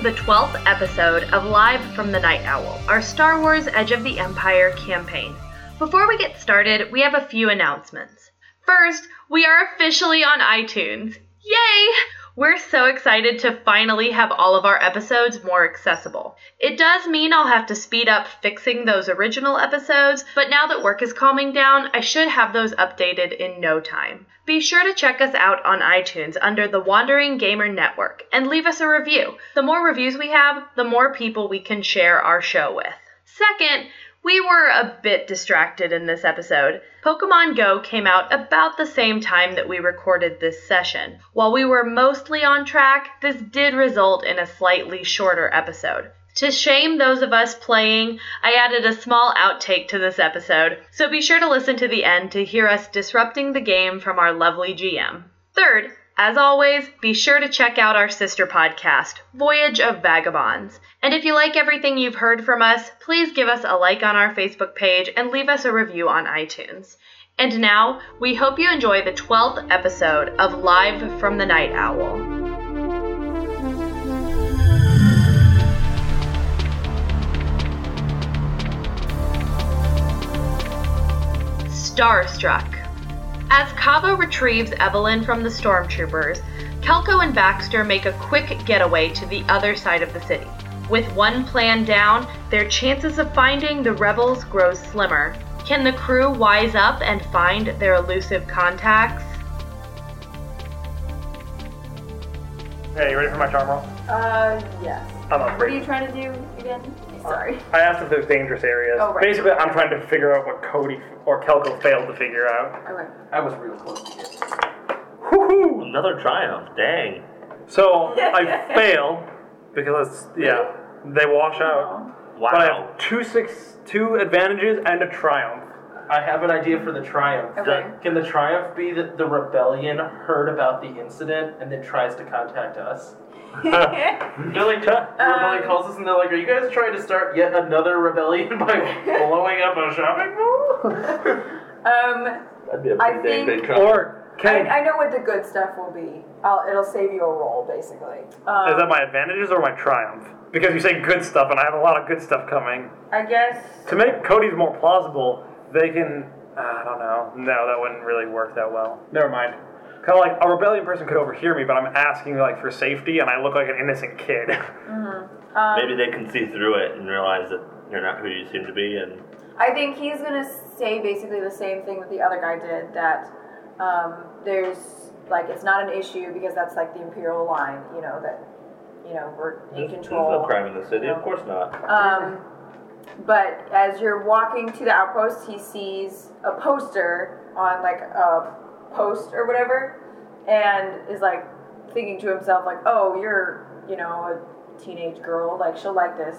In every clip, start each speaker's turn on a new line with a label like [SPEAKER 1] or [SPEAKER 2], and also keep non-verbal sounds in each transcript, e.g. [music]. [SPEAKER 1] the 12th episode of Live from the Night Owl, our Star Wars Edge of the Empire campaign. Before we get started, we have a few announcements. First, we are officially on iTunes. Yay! We're so excited to finally have all of our episodes more accessible. It does mean I'll have to speed up fixing those original episodes, but now that work is calming down, I should have those updated in no time. Be sure to check us out on iTunes under the Wandering Gamer Network and leave us a review. The more reviews we have, the more people we can share our show with. Second, we were a bit distracted in this episode. Pokemon Go came out about the same time that we recorded this session. While we were mostly on track, this did result in a slightly shorter episode. To shame those of us playing, I added a small outtake to this episode, so be sure to listen to the end to hear us disrupting the game from our lovely GM. Third, as always, be sure to check out our sister podcast, Voyage of Vagabonds. And if you like everything you've heard from us, please give us a like on our Facebook page and leave us a review on iTunes. And now, we hope you enjoy the 12th episode of Live from the Night Owl. Starstruck. As Kava retrieves Evelyn from the stormtroopers, Kelko and Baxter make a quick getaway to the other side of the city. With one plan down, their chances of finding the rebels grow slimmer. Can the crew wise up and find their elusive [laughs] contacts?
[SPEAKER 2] Hey, you ready for my charm roll?
[SPEAKER 3] Uh, yes.
[SPEAKER 2] I'm
[SPEAKER 3] What are you
[SPEAKER 2] afraid.
[SPEAKER 3] trying to do again? Sorry.
[SPEAKER 2] I asked if there's dangerous areas.
[SPEAKER 3] Oh, right.
[SPEAKER 2] Basically, I'm trying to figure out what Cody or Kelko failed to figure out.
[SPEAKER 3] Okay.
[SPEAKER 4] I was real close to it.
[SPEAKER 2] Woohoo!
[SPEAKER 5] Another triumph, Oh, dang.
[SPEAKER 3] [laughs]
[SPEAKER 2] So I fail because it's, yeah, they wash out.
[SPEAKER 5] Wow.
[SPEAKER 2] But I have two six two advantages and a triumph.
[SPEAKER 4] I have an idea for the triumph.
[SPEAKER 3] Okay.
[SPEAKER 4] Can the triumph be that the rebellion heard about the incident and then tries to
[SPEAKER 1] [laughs]
[SPEAKER 4] contact us? They're like, the
[SPEAKER 1] Um,
[SPEAKER 4] rebellion calls us and they're like, "Are you guys trying to start yet another rebellion by
[SPEAKER 1] [laughs]
[SPEAKER 4] blowing up a shopping mall?"
[SPEAKER 3] um,
[SPEAKER 5] That'd be a
[SPEAKER 3] I
[SPEAKER 5] pretty
[SPEAKER 3] think-
[SPEAKER 5] dang big triumph.
[SPEAKER 2] Or
[SPEAKER 3] I,
[SPEAKER 2] can
[SPEAKER 3] I know what the good stuff will be. I'll, it'll save you a roll, basically. Um,
[SPEAKER 2] is that my advantages or my triumph? Because you say good stuff, and I have a lot of good stuff coming.
[SPEAKER 3] I guess.
[SPEAKER 2] To make Cody's more plausible, they can. I don't know. No, that wouldn't really work that well. Never mind. Kind of like a rebellion person could overhear me, but I'm asking like for safety, and I look like an innocent kid. [laughs]
[SPEAKER 5] Maybe they can see through it and realize that you're not who you seem to be and
[SPEAKER 3] I think he's gonna say basically the same thing that the other guy did. That um, there's like it's not an issue because that's like the imperial line. You know that you know we're in
[SPEAKER 5] there's, there's
[SPEAKER 3] control.
[SPEAKER 5] no crime in the city, of course not.
[SPEAKER 3] Um, but as you're walking to the outpost, he sees a poster on like a post or whatever, and is like thinking to himself like, "Oh, you're you know a teenage girl, like she'll like this."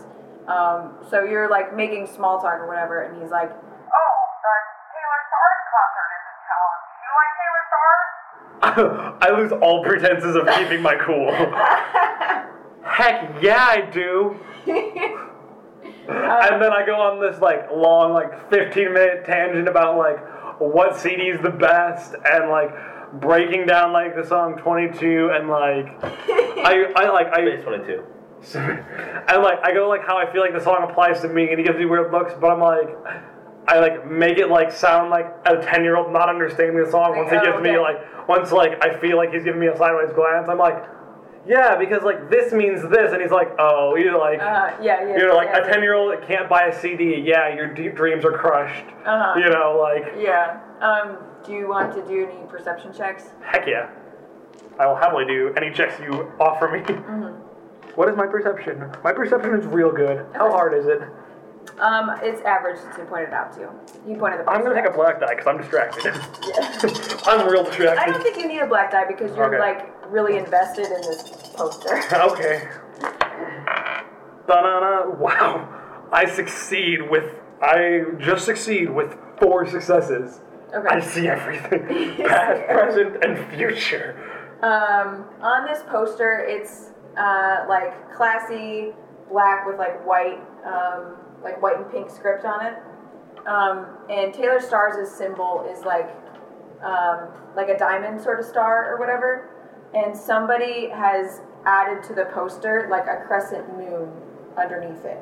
[SPEAKER 3] Um, so you're like making small talk or whatever, and he's like,
[SPEAKER 6] Oh, the Taylor Stars concert is in town. Do you like Taylor Stars?
[SPEAKER 2] [laughs] I lose all pretenses of keeping my cool. Heck yeah, I do. and then I go on this like long, like 15 minute tangent about like what CD is the best and like breaking down like the song 22 and like I, I like I
[SPEAKER 5] Base twenty two.
[SPEAKER 2] and like I go like how I feel like the song applies to me, and he gives me weird looks, but I'm like, I like make it like sound like a ten year old not understanding the song. Once he
[SPEAKER 3] Oh,
[SPEAKER 2] gives me
[SPEAKER 3] okay.
[SPEAKER 2] like, once like I feel like he's giving me a sideways glance, I'm like, yeah, because like this means this, and he's like, oh, you're like.
[SPEAKER 3] uh, "Yeah, yeah."
[SPEAKER 2] Uh-huh. you're like
[SPEAKER 3] yeah,
[SPEAKER 2] a ten year old that can't buy a CD. Yeah, your deep dreams are crushed.
[SPEAKER 3] Uh-huh.
[SPEAKER 2] You know, like
[SPEAKER 3] Yeah. Um, do you want to do any perception checks?
[SPEAKER 2] heck yeah, I will happily do any checks you offer me.
[SPEAKER 3] Mm-hmm.
[SPEAKER 2] What is my perception? My perception is real good. How
[SPEAKER 3] Okay.
[SPEAKER 2] hard is it?
[SPEAKER 3] Um, it's average since you pointed out to. You pointed the.
[SPEAKER 2] I'm gonna
[SPEAKER 3] poster
[SPEAKER 2] take a
[SPEAKER 3] out.
[SPEAKER 2] black die because I'm distracted. [laughs] I'm real
[SPEAKER 3] [laughs] I don't
[SPEAKER 2] distracted.
[SPEAKER 3] think you need a black die because you're
[SPEAKER 2] Okay.
[SPEAKER 3] like really invested in this poster. [laughs]
[SPEAKER 2] Okay. Da-na-na. Wow. I succeed with. I just succeed with four successes. I
[SPEAKER 3] Okay.
[SPEAKER 2] see everything past, present, and future.
[SPEAKER 3] Um, on this poster, it's uh, like classy black with like white, um, like white and pink script on it. Um, and Taylor Stars' symbol is like um, like a diamond sort of star or whatever. And somebody has added to the poster like a crescent moon underneath it.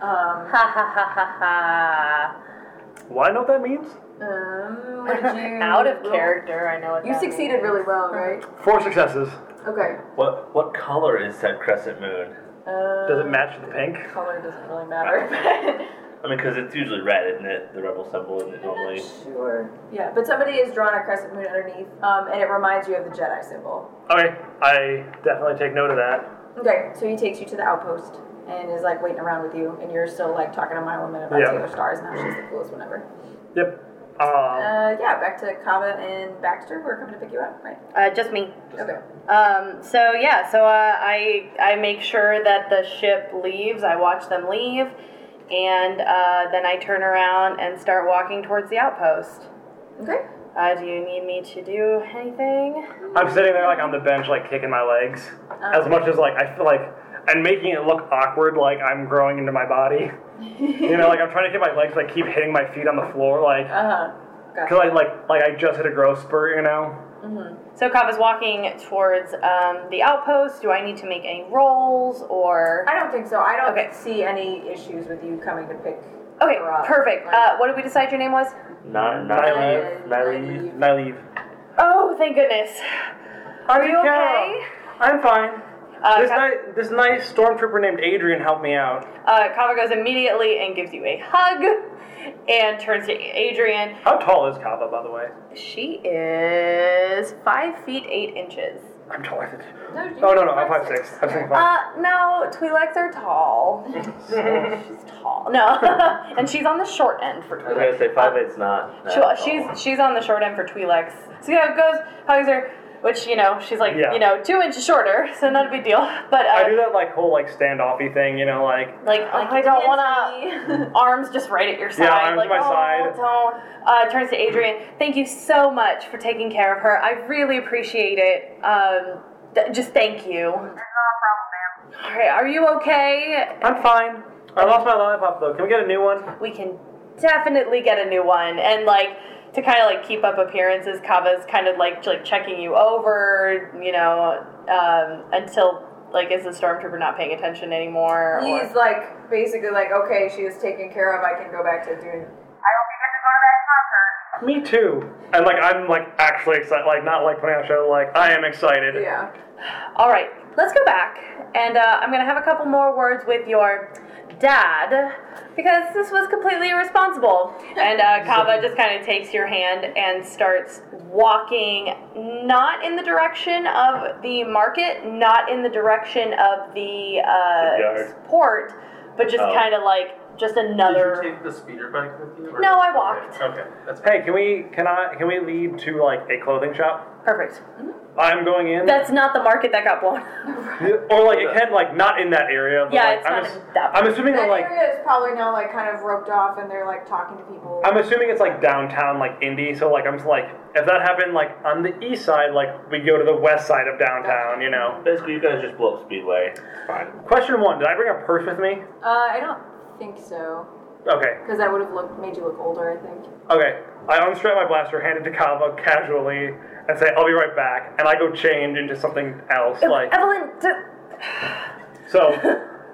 [SPEAKER 3] Um,
[SPEAKER 1] Ha ha ha ha ha.
[SPEAKER 2] Why know what that means?
[SPEAKER 3] um, what did you
[SPEAKER 1] [laughs] Out of character, I know what
[SPEAKER 3] You
[SPEAKER 1] that
[SPEAKER 3] succeeded
[SPEAKER 1] means.
[SPEAKER 3] really well, right?
[SPEAKER 2] Four successes.
[SPEAKER 3] Okay.
[SPEAKER 5] What what color is said crescent moon?
[SPEAKER 3] Um,
[SPEAKER 2] Does it match the pink?
[SPEAKER 3] Color doesn't really matter. [laughs]
[SPEAKER 5] I mean, because it's usually red, isn't it? The rebel symbol, isn't it normally?
[SPEAKER 3] sure. Yeah, but somebody has drawn a crescent moon underneath, um, and it reminds you of the Jedi symbol.
[SPEAKER 2] Okay, I definitely take note of that.
[SPEAKER 3] Okay, so he takes you to the outpost and is like waiting around with you, and you're still like talking to Milo Minute about
[SPEAKER 2] Yeah.
[SPEAKER 3] Taylor Stars and how she's the coolest one ever.
[SPEAKER 2] Yep. Um,
[SPEAKER 3] Uh, yeah, back to Kava and Baxter. We're coming to pick you up, right?
[SPEAKER 1] Uh, just me.
[SPEAKER 3] Okay.
[SPEAKER 1] Um, so yeah, so uh, I I make sure that the ship leaves. I watch them leave, and uh, then I turn around and start walking towards the outpost.
[SPEAKER 3] Okay.
[SPEAKER 1] Uh, do you need me to do anything?
[SPEAKER 2] I'm sitting there like on the bench, like kicking my legs, as much as like I feel like and making it look awkward, like I'm growing into my body. you know, like I'm trying to get my legs like keep hitting my feet on the floor, like
[SPEAKER 3] Uh huh. Gotcha.
[SPEAKER 2] because I like like I just hit a growth spurt, you know.
[SPEAKER 1] So Kava's walking towards um, the outpost. Do I need to make any rolls or?
[SPEAKER 3] I don't think so. I don't
[SPEAKER 1] Okay.
[SPEAKER 3] see any issues with you coming to pick.
[SPEAKER 1] Okay,
[SPEAKER 3] her up.
[SPEAKER 1] perfect.
[SPEAKER 3] Like,
[SPEAKER 1] Uh, what did we decide your name was?
[SPEAKER 2] Uh,
[SPEAKER 5] Not
[SPEAKER 2] Nyleev.
[SPEAKER 5] Nyleev.
[SPEAKER 2] And I leave.
[SPEAKER 1] Oh, thank goodness. Are you okay?
[SPEAKER 2] I'm fine.
[SPEAKER 1] Uh,
[SPEAKER 2] this,
[SPEAKER 1] Ka-
[SPEAKER 2] ni- this nice stormtrooper named Adrian helped me out.
[SPEAKER 1] Uh, Kava goes immediately and gives you a hug and turns to Adrian.
[SPEAKER 2] How tall is Kava, by the way?
[SPEAKER 1] She is five feet eight inches.
[SPEAKER 2] I'm taller than you.
[SPEAKER 3] No, you
[SPEAKER 2] Oh no no, I'm five six. I'm six five.
[SPEAKER 1] Uh, no, Twi'leks are tall. she's tall. No, [laughs] and she's on the short end for
[SPEAKER 5] I was gonna
[SPEAKER 1] Twi'leks.
[SPEAKER 5] say five eight's not.
[SPEAKER 1] She,
[SPEAKER 5] not tall.
[SPEAKER 1] she's she's on the short end for Twi'leks. So yeah, it goes hugs her, which you know she's like
[SPEAKER 2] Yeah.
[SPEAKER 1] you know two inches shorter, so not a big deal. But uh,
[SPEAKER 2] I do that like whole like standoffy thing, you know, like
[SPEAKER 1] like, oh, I don't want to.
[SPEAKER 3] to.
[SPEAKER 1] [laughs] arms just right at your side.
[SPEAKER 2] Yeah, arms
[SPEAKER 1] like,
[SPEAKER 2] at my
[SPEAKER 1] oh,
[SPEAKER 2] side."
[SPEAKER 1] Don't. Uh, turns to Adrian. Thank you so much for taking care of her. I really appreciate it. Um, th- just thank you. All
[SPEAKER 7] It's not a problem, ma'am.
[SPEAKER 1] right, are you okay?
[SPEAKER 2] I'm fine. I lost my lollipop though. Can we get a new one?
[SPEAKER 1] We can definitely get a new one. And like to kind of like keep up appearances, Kava's kind of like like checking you over, you know, um, until like is the stormtrooper not paying attention anymore? or-
[SPEAKER 3] He's like basically like, okay, she is taken care of. I can go back to doing.
[SPEAKER 7] I hope you get to go to that concert.
[SPEAKER 2] Me too. And like I'm like actually excited, like not like putting on a show. Like I am excited.
[SPEAKER 3] Yeah.
[SPEAKER 1] All right, let's go back, and uh, I'm gonna have a couple more words with your dad because this was completely irresponsible. And uh, Kava just kind of takes your hand and starts walking, not in the direction of the market, not in the direction of the
[SPEAKER 5] Shipyard.
[SPEAKER 1] uh, port, but just
[SPEAKER 5] Oh.
[SPEAKER 1] kind of like just another.
[SPEAKER 4] Did you take the speeder bike with you? or-
[SPEAKER 1] No, I walked.
[SPEAKER 4] Okay, okay, that's fine.
[SPEAKER 2] Hey, can we can I can we lead to like a clothing shop?
[SPEAKER 1] Perfect.
[SPEAKER 2] I'm going in.
[SPEAKER 1] That's not the market that got blown.
[SPEAKER 2] or like it can like not in that area. But,
[SPEAKER 1] Yeah,
[SPEAKER 2] like,
[SPEAKER 1] it's
[SPEAKER 2] I'm
[SPEAKER 1] not
[SPEAKER 2] ass-
[SPEAKER 1] in that
[SPEAKER 2] I'm assuming that
[SPEAKER 3] That
[SPEAKER 2] like
[SPEAKER 3] area is probably now like kind of roped off, and they're like talking to people.
[SPEAKER 2] I'm assuming it's like downtown like indie. So like I'm just, like if that happened like on the east side, like we go to the west side of downtown. You know.
[SPEAKER 5] Basically, you guys just blow up Speedway. It's fine.
[SPEAKER 2] Question one: Did I bring a purse with me?
[SPEAKER 3] uh, I don't think so,
[SPEAKER 2] Okay.
[SPEAKER 3] because that would have looked made you look older. I think.
[SPEAKER 2] Okay, I unstrap my blaster, hand it to Kava casually, and say, "I'll be right back." And I go change into something else, like
[SPEAKER 1] Evelyn, d- [laughs]
[SPEAKER 2] so.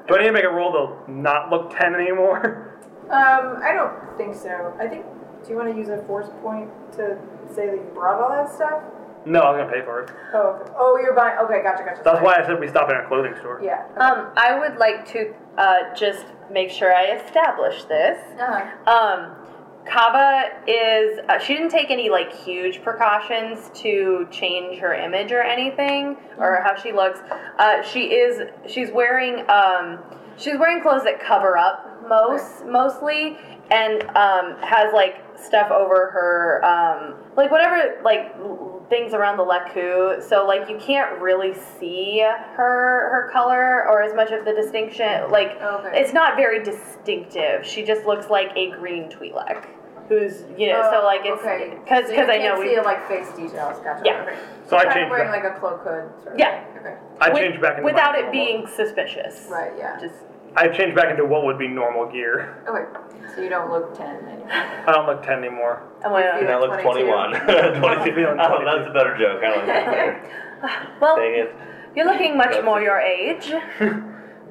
[SPEAKER 2] Do I need to make a roll to not look ten anymore? [laughs]
[SPEAKER 3] Um, I don't think so. I think. Do you want to use a force point to say that you brought all that stuff?
[SPEAKER 2] no, I was gonna pay for it.
[SPEAKER 3] Oh, okay. oh, you're buying. Okay, gotcha, gotcha.
[SPEAKER 2] That's why I said we stop at a clothing store.
[SPEAKER 3] Yeah.
[SPEAKER 1] Um, I would like to uh, just make sure I establish this.
[SPEAKER 3] Uh-huh.
[SPEAKER 1] Um, Kava is uh, she didn't take any like huge precautions to change her image or anything or how she looks. Uh, she is she's wearing um, she's wearing clothes that cover up most mostly and um, has like stuff over her um, like whatever like l- things around the leku so like you can't really see her her color or as much of the distinction like
[SPEAKER 3] uh-huh. Okay.
[SPEAKER 1] it's not very distinctive. She just looks like a green Twi'lek, who's you know. so
[SPEAKER 3] Oh,
[SPEAKER 1] like it's
[SPEAKER 3] okay.
[SPEAKER 1] because
[SPEAKER 3] So you
[SPEAKER 1] because I
[SPEAKER 3] can't
[SPEAKER 1] know
[SPEAKER 3] see
[SPEAKER 1] we.
[SPEAKER 3] like face details. Gotcha.
[SPEAKER 1] Yeah.
[SPEAKER 3] Okay.
[SPEAKER 2] So I
[SPEAKER 3] Kinda
[SPEAKER 2] changed
[SPEAKER 3] wearing
[SPEAKER 2] back.
[SPEAKER 3] like a cloak hood. Sort of
[SPEAKER 1] Yeah.
[SPEAKER 3] thing. Okay.
[SPEAKER 2] I
[SPEAKER 1] with-
[SPEAKER 2] changed back into my
[SPEAKER 1] without it
[SPEAKER 2] normal-
[SPEAKER 1] being suspicious.
[SPEAKER 3] Right. Yeah.
[SPEAKER 1] Just
[SPEAKER 2] I changed back into what would be normal gear. [laughs]
[SPEAKER 3] okay. So you don't look ten anymore.
[SPEAKER 2] I don't look ten anymore.
[SPEAKER 3] Oh,
[SPEAKER 1] I'm like,
[SPEAKER 5] And I look
[SPEAKER 3] 22.
[SPEAKER 5] [laughs] 21. 22.
[SPEAKER 2] Feeling
[SPEAKER 5] Oh, that's a better joke. I like that better.
[SPEAKER 1] well,
[SPEAKER 5] Dang it.
[SPEAKER 1] You're looking much more your age.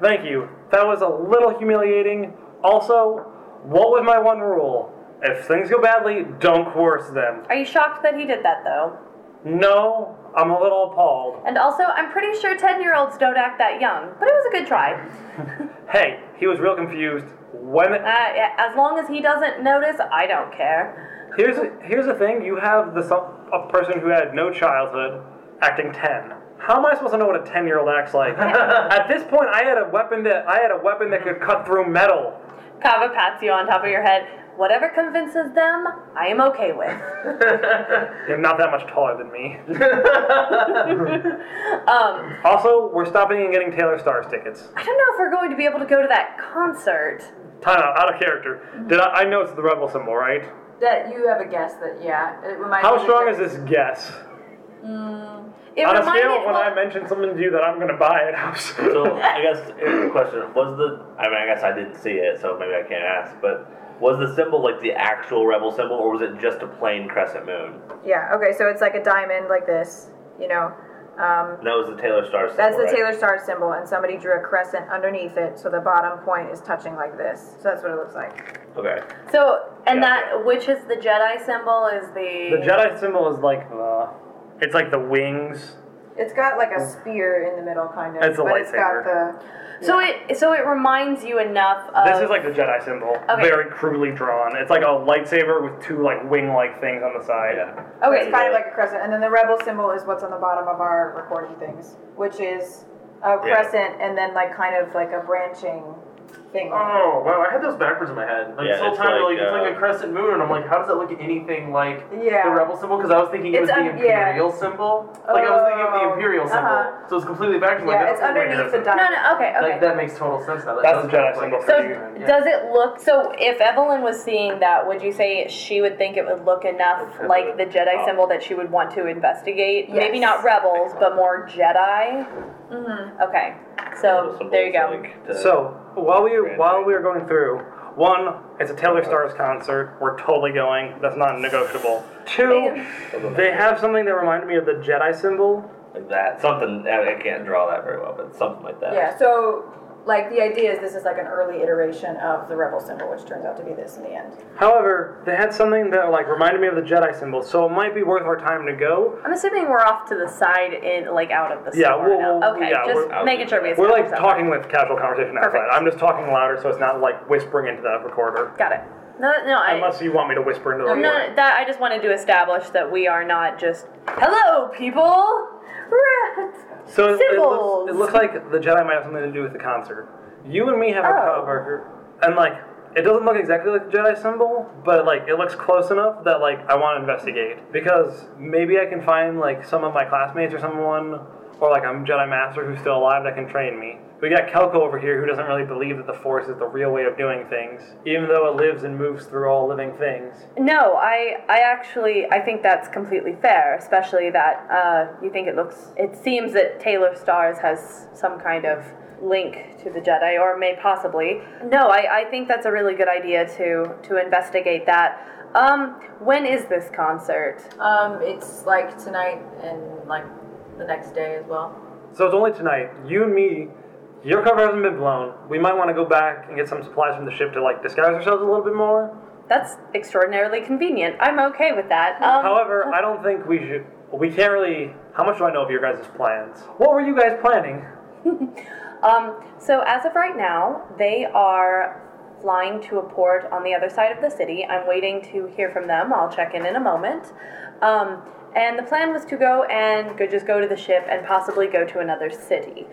[SPEAKER 2] Thank you. That was a little humiliating. Also, what was my one rule? If things go badly, don't coerce them.
[SPEAKER 1] Are you shocked that he did that though?
[SPEAKER 2] No, I'm a little appalled.
[SPEAKER 1] And also, I'm pretty sure 10 year olds don't act that young, but it was a good try.
[SPEAKER 2] Hey, he was real confused. When
[SPEAKER 1] Uh, yeah, as long as he doesn't notice, I don't care.
[SPEAKER 2] here's here's the thing, you have the a person who had no childhood acting ten. How am I supposed to know what a ten year old
[SPEAKER 1] [laughs]
[SPEAKER 2] acts like? At this point, I had a weapon that I had a weapon that could cut through metal.
[SPEAKER 1] Kava pats you on top of your head. Whatever convinces them, I am okay with.
[SPEAKER 2] You're not that much taller than me.
[SPEAKER 1] [laughs] Um,
[SPEAKER 2] Also, we're stopping and getting Taylor Star's tickets.
[SPEAKER 1] I don't know if we're going to be able to go to that concert.
[SPEAKER 2] Time out, out of character. Did I, I know it's the rebel symbol, right?
[SPEAKER 3] That you have a guess that yeah, it reminds.
[SPEAKER 2] How
[SPEAKER 3] me of
[SPEAKER 2] strong
[SPEAKER 3] the-
[SPEAKER 2] is this guess?
[SPEAKER 1] It
[SPEAKER 2] On a
[SPEAKER 1] reminded
[SPEAKER 2] scale of when
[SPEAKER 1] well,
[SPEAKER 2] I mention something to you that I'm gonna buy it, how
[SPEAKER 5] So I guess here's the question: Was the? I mean, I guess I didn't see it, so maybe I can't ask. But was the symbol like the actual rebel symbol, or was it just a plain crescent moon?
[SPEAKER 3] Yeah. Okay. So it's like a diamond, like this. You know, um,
[SPEAKER 5] And that was the Taylor Star symbol.
[SPEAKER 3] that's the
[SPEAKER 5] right?
[SPEAKER 3] Taylor Star symbol, and somebody drew a crescent underneath it, so the bottom point is touching like this. So that's what it looks like.
[SPEAKER 5] Okay.
[SPEAKER 1] so, and
[SPEAKER 5] Yeah.
[SPEAKER 1] that which is the Jedi symbol is the.
[SPEAKER 2] The Jedi symbol is like the, it's like the wings.
[SPEAKER 3] It's got like a spear in the middle, kind of.
[SPEAKER 2] Oh. It's a
[SPEAKER 3] but It's got
[SPEAKER 2] lightsaber.
[SPEAKER 3] the.
[SPEAKER 1] So it so it reminds you enough of.
[SPEAKER 2] This is like the Jedi symbol,
[SPEAKER 1] Okay.
[SPEAKER 2] very crudely drawn. It's like a lightsaber with two like wing-like things on the side.
[SPEAKER 5] Yeah.
[SPEAKER 3] Okay, it's
[SPEAKER 1] okay.
[SPEAKER 3] kind of like a crescent, and then the rebel symbol is what's on the bottom of our recording things, which is a
[SPEAKER 5] Yeah.
[SPEAKER 3] crescent and then like kind of like a branching thing.
[SPEAKER 4] Oh wow, I had those backwards in my head. Like
[SPEAKER 5] Yeah,
[SPEAKER 4] this whole
[SPEAKER 5] it's
[SPEAKER 4] time, like,
[SPEAKER 5] like,
[SPEAKER 4] it's like
[SPEAKER 5] uh,
[SPEAKER 4] a crescent moon, and I'm like, how does that look anything like
[SPEAKER 3] Yeah.
[SPEAKER 4] the rebel symbol? Because I was thinking it
[SPEAKER 3] It's
[SPEAKER 4] was the
[SPEAKER 3] un- yeah.
[SPEAKER 4] imperial symbol. Like I was thinking of the
[SPEAKER 3] Oh,
[SPEAKER 4] imperial symbol,
[SPEAKER 3] uh-huh.
[SPEAKER 4] so it's completely backwards.
[SPEAKER 3] yeah,
[SPEAKER 4] like,
[SPEAKER 3] it's
[SPEAKER 4] that's weird.
[SPEAKER 3] underneath the
[SPEAKER 1] no,
[SPEAKER 3] diamond.
[SPEAKER 1] no, okay, okay.
[SPEAKER 4] Like that makes total sense now. That
[SPEAKER 2] That's
[SPEAKER 4] does
[SPEAKER 2] the Jedi
[SPEAKER 4] look like
[SPEAKER 2] symbol
[SPEAKER 4] it's
[SPEAKER 2] for
[SPEAKER 1] so
[SPEAKER 2] you.
[SPEAKER 4] different, yeah.
[SPEAKER 1] does it look? So if Evelyn was seeing that, would you say she would think it would look enough
[SPEAKER 5] Okay.
[SPEAKER 1] like the Jedi
[SPEAKER 5] Oh.
[SPEAKER 1] symbol that she would want to investigate? Maybe
[SPEAKER 3] Yes.
[SPEAKER 1] not rebels, but more Jedi.
[SPEAKER 3] Mhm.
[SPEAKER 1] Okay, so
[SPEAKER 5] Symbol
[SPEAKER 1] there you
[SPEAKER 5] is
[SPEAKER 1] go.
[SPEAKER 5] like the-
[SPEAKER 2] So while we
[SPEAKER 5] Grand
[SPEAKER 2] while
[SPEAKER 5] Prix.
[SPEAKER 2] we are going through, one, it's a Taylor Stars concert. We're totally going. That's not negotiable. Two, they have something that reminded me of the Jedi symbol.
[SPEAKER 5] like that something. I I can't draw that very well, but something like that.
[SPEAKER 3] Yeah, so like the idea is this is like an early iteration of the rebel symbol, which turns out to be this in the end.
[SPEAKER 2] However, they had something that like reminded me of the Jedi symbol, so it might be worth our time to go.
[SPEAKER 1] I'm assuming we're off to the side in like out of the
[SPEAKER 2] Yeah,
[SPEAKER 1] store
[SPEAKER 2] we'll-
[SPEAKER 1] now.
[SPEAKER 2] we'll-
[SPEAKER 1] okay,
[SPEAKER 2] yeah,
[SPEAKER 1] just
[SPEAKER 5] we're-
[SPEAKER 1] making sure we.
[SPEAKER 2] We're like
[SPEAKER 1] establish that.
[SPEAKER 2] talking with casual conversation outside.
[SPEAKER 1] Perfect.
[SPEAKER 2] I'm just talking louder, so it's not like whispering into that recorder.
[SPEAKER 1] Got it. No, no, I,
[SPEAKER 2] Unless you want me to whisper into the
[SPEAKER 1] no,
[SPEAKER 2] recorder.
[SPEAKER 1] no, that I just wanted to establish that we are not just hello people. Rats.
[SPEAKER 2] So it, it
[SPEAKER 1] Symbols.
[SPEAKER 2] looks, it looks like the Jedi might have something to do with the concert. You and me have a
[SPEAKER 1] Oh.
[SPEAKER 2] cover, and like it doesn't look exactly like the Jedi symbol, but like it looks close enough that like I want to investigate because maybe I can find like some of my classmates or someone, or like I'm Jedi Master who's still alive that can train me. We got Kelko over here who doesn't really believe that the Force is the real way of doing things, even though it lives and moves through all living things.
[SPEAKER 1] No, I, I actually, I think that's completely fair, especially that uh, you think it looks. It seems that Taylor Stars has some kind of link to the Jedi, or may possibly. No, I, I think that's a really good idea to to investigate that. Um, when is this concert?
[SPEAKER 3] Um, it's like tonight and like the next day as
[SPEAKER 4] [laughs]
[SPEAKER 3] well.
[SPEAKER 2] So it's only tonight. You and me. Your cover hasn't been blown. We might want to go back and get some supplies from the ship to like disguise ourselves a little bit more.
[SPEAKER 1] That's extraordinarily convenient. I'm okay with that. Um,
[SPEAKER 2] However, I don't think we should. We can't really. How much do I know of your guys' plans? What were you guys planning?
[SPEAKER 1] Um, so as of right now, they are flying to a port on the other side of the city. I'm waiting to hear from them. I'll check in in a moment. Um, and the plan was to go and go, just go to the ship and possibly go to another city.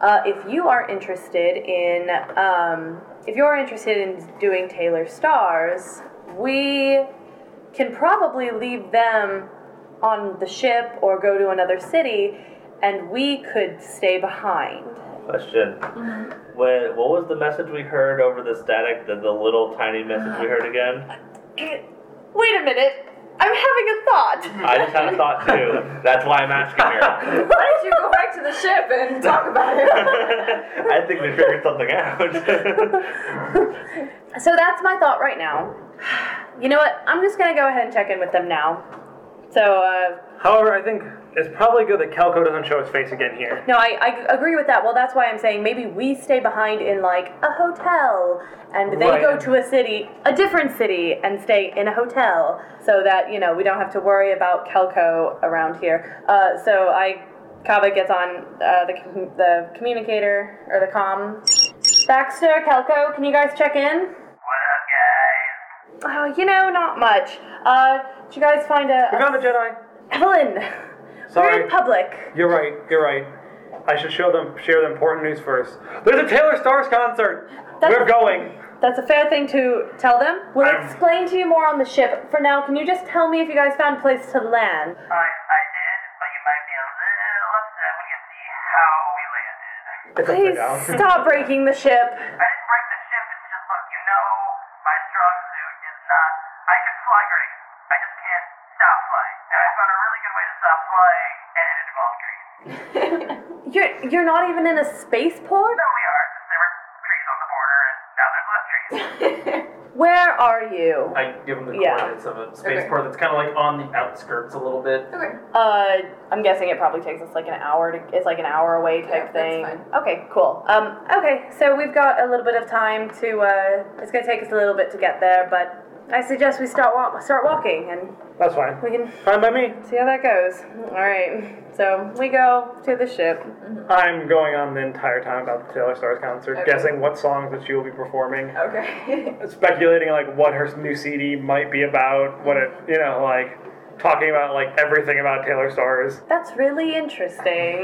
[SPEAKER 1] Uh, if you are interested in, um, if you're interested in doing Taylor Stars, we can probably leave them on the ship or go to another city, and we could stay behind.
[SPEAKER 5] Question. When, what was the message we heard over the static? The, the little tiny message we heard again?
[SPEAKER 1] Wait a minute. I'm having a thought.
[SPEAKER 5] I just had a thought too. That's why I'm asking
[SPEAKER 3] [laughs]
[SPEAKER 5] her.
[SPEAKER 3] Why don't you go back to the ship and talk about
[SPEAKER 4] [laughs]
[SPEAKER 3] it? [laughs]
[SPEAKER 5] [laughs] I think we figured something out. [laughs]
[SPEAKER 1] So that's my thought right now. [sighs] You know what? I'm just gonna go ahead and check in with them now. So, uh,
[SPEAKER 2] However, I think it's probably good that Kelko doesn't show his face again here.
[SPEAKER 1] No, I, I agree with that. Well, that's why I'm saying maybe we stay behind in like a hotel and they
[SPEAKER 2] Right.
[SPEAKER 1] go to a city, a different city, and stay in a hotel so that, you know, we don't have to worry about Kelco around here. Uh, so I, Kava gets on uh, the, com- the communicator or the com. Baxter, Kelco, can you guys check in?
[SPEAKER 7] What up, guys?
[SPEAKER 1] Oh, you know, not much. Uh, did you guys find a.
[SPEAKER 2] We found a Jedi.
[SPEAKER 1] Evelyn! We're
[SPEAKER 2] Sorry.
[SPEAKER 1] in public.
[SPEAKER 2] You're right. You're right. I should show them share the important news first. There's a Taylor Stars concert.
[SPEAKER 1] That's-
[SPEAKER 2] We're going.
[SPEAKER 1] That's a fair thing to tell them. We'll
[SPEAKER 2] I'm-
[SPEAKER 1] explain to you more on the ship. For now, can you just tell me if you guys found a place to land?
[SPEAKER 7] I, I did, but you might be a little upset when you see how we landed.
[SPEAKER 2] It's upside
[SPEAKER 1] Please
[SPEAKER 2] down.
[SPEAKER 1] stop breaking the ship.
[SPEAKER 7] I didn't break the ship, it's just, look, you know, my strong suit is not. I can fly great. I just can't stop flying. And I found a really good way to stop flying, and it involved trees.
[SPEAKER 1] You're you're not even in a spaceport.
[SPEAKER 7] So we are, just there were trees on the border, and now there's less trees.
[SPEAKER 1] Where are you?
[SPEAKER 4] I give him the
[SPEAKER 1] Yeah.
[SPEAKER 4] coordinates of a spaceport that's kind of like on the outskirts a little bit.
[SPEAKER 3] Okay.
[SPEAKER 1] Uh, I'm guessing it probably takes us like an hour to. It's like an hour away type
[SPEAKER 3] Yeah, that's
[SPEAKER 1] thing.
[SPEAKER 3] fine.
[SPEAKER 1] Okay, cool. Um, okay, so we've got a little bit of time to. Uh, it's gonna take us a little bit to get there, but I suggest we start wa- start walking and
[SPEAKER 2] That's fine.
[SPEAKER 1] we can
[SPEAKER 2] Fine by me.
[SPEAKER 1] see how that goes. All right, so we go to the ship.
[SPEAKER 2] I'm going on the entire time about the Taylor Stars concert,
[SPEAKER 3] Okay.
[SPEAKER 2] guessing what songs that she will be performing,
[SPEAKER 3] Okay. [laughs]
[SPEAKER 2] speculating like what her new CD might be about, what it, you know, like talking about like everything about Taylor Stars.
[SPEAKER 1] That's really interesting.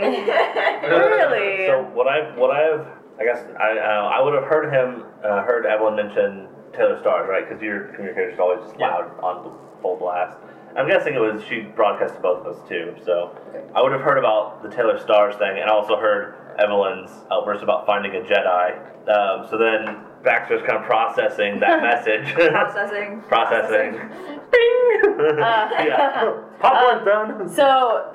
[SPEAKER 1] really?
[SPEAKER 5] So what I've what I've I guess I uh, I would have heard him uh, heard Evelyn mention Taylor Stars right because your communicator's always just
[SPEAKER 4] Yeah.
[SPEAKER 5] loud on full blast. I'm guessing it was she broadcast to both of us too. So I would have heard about the Taylor Stars thing and also heard Evelyn's outburst about finding a Jedi. Um, so then Baxter's kind of processing that message.
[SPEAKER 3] Processing.
[SPEAKER 5] processing. [laughs]
[SPEAKER 8] Uh,
[SPEAKER 5] yeah.
[SPEAKER 2] Pop
[SPEAKER 3] Uh,
[SPEAKER 2] one's
[SPEAKER 1] [laughs]
[SPEAKER 2] done.
[SPEAKER 1] So,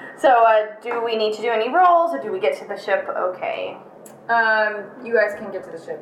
[SPEAKER 1] [laughs] so uh, do we need to do any rolls, or do we get to the ship? Okay.
[SPEAKER 3] Um, you guys can get to the ship.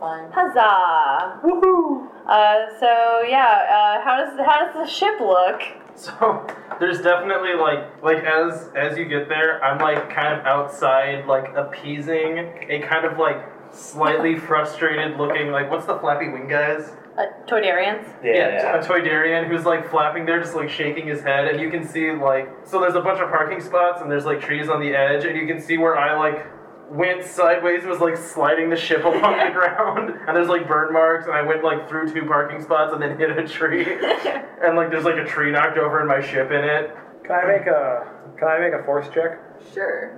[SPEAKER 3] Fine.
[SPEAKER 1] Huzzah!
[SPEAKER 2] Woohoo!
[SPEAKER 1] Uh, so yeah, uh, how does how does the ship look?
[SPEAKER 4] [laughs] So there's definitely like like as as you get there, I'm like kind of outside like appeasing a kind of like slightly [laughs] frustrated looking like what's the flappy wing guys?
[SPEAKER 1] Uh, Toydarians.
[SPEAKER 5] Yeah. yeah.
[SPEAKER 4] a toy Darian who's like flapping there, just like shaking his head, and you can see like so there's a bunch of parking spots and there's like trees on the edge, and you can see where I like went sideways was like sliding the ship along
[SPEAKER 5] [laughs]
[SPEAKER 4] the ground and there's like burn marks and I went like through two parking spots and then hit a tree
[SPEAKER 5] [laughs]
[SPEAKER 4] and like there's like a tree knocked over and my ship in it.
[SPEAKER 2] Can I make a Can I make a force check?
[SPEAKER 3] Sure.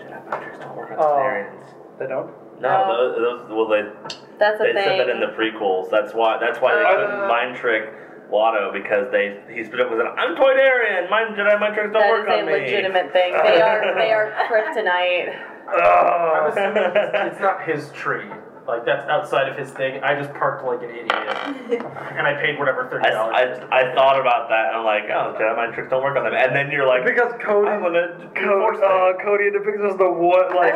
[SPEAKER 5] Jedi Butchers don't work on
[SPEAKER 2] Oh.
[SPEAKER 5] Sumerians.
[SPEAKER 2] They don't.
[SPEAKER 5] No, those, those well they
[SPEAKER 1] That's a
[SPEAKER 5] They
[SPEAKER 1] thing.
[SPEAKER 5] said that in the prequels. That's why. That's why they
[SPEAKER 2] Uh.
[SPEAKER 5] couldn't mind trick Watto because they he stood up and said, "I'm Toydarian. Mind Jedi mind tricks don't
[SPEAKER 1] That
[SPEAKER 5] work
[SPEAKER 1] is a
[SPEAKER 5] on me."
[SPEAKER 1] legitimate
[SPEAKER 5] [laughs]
[SPEAKER 1] thing. They are they are kryptonite.
[SPEAKER 5] Oh.
[SPEAKER 4] I'm assuming it's,
[SPEAKER 2] Ugh.
[SPEAKER 4] it's not his tree. Like that's outside of his thing. I just parked like an
[SPEAKER 5] [laughs]
[SPEAKER 4] idiot. and I paid
[SPEAKER 5] [laughs]
[SPEAKER 4] whatever
[SPEAKER 5] I,
[SPEAKER 4] thirty
[SPEAKER 5] I,
[SPEAKER 4] dollars.
[SPEAKER 5] I thought about that. And I'm like, oh, Jedi mind tricks don't work on them. And then you're like,
[SPEAKER 2] because Cody.
[SPEAKER 5] I'm gonna
[SPEAKER 2] Cody,
[SPEAKER 5] enforce
[SPEAKER 2] uh,
[SPEAKER 5] that.
[SPEAKER 2] Cody depicts us the what [laughs] like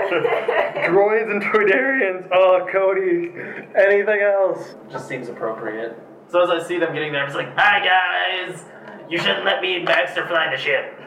[SPEAKER 2] droids and Toydarians. Oh, Cody. Anything else?
[SPEAKER 4] just seems appropriate. So as I see them getting there, I'm just like, hi guys! You shouldn't let me and Baxter fly
[SPEAKER 1] [laughs]
[SPEAKER 4] the ship.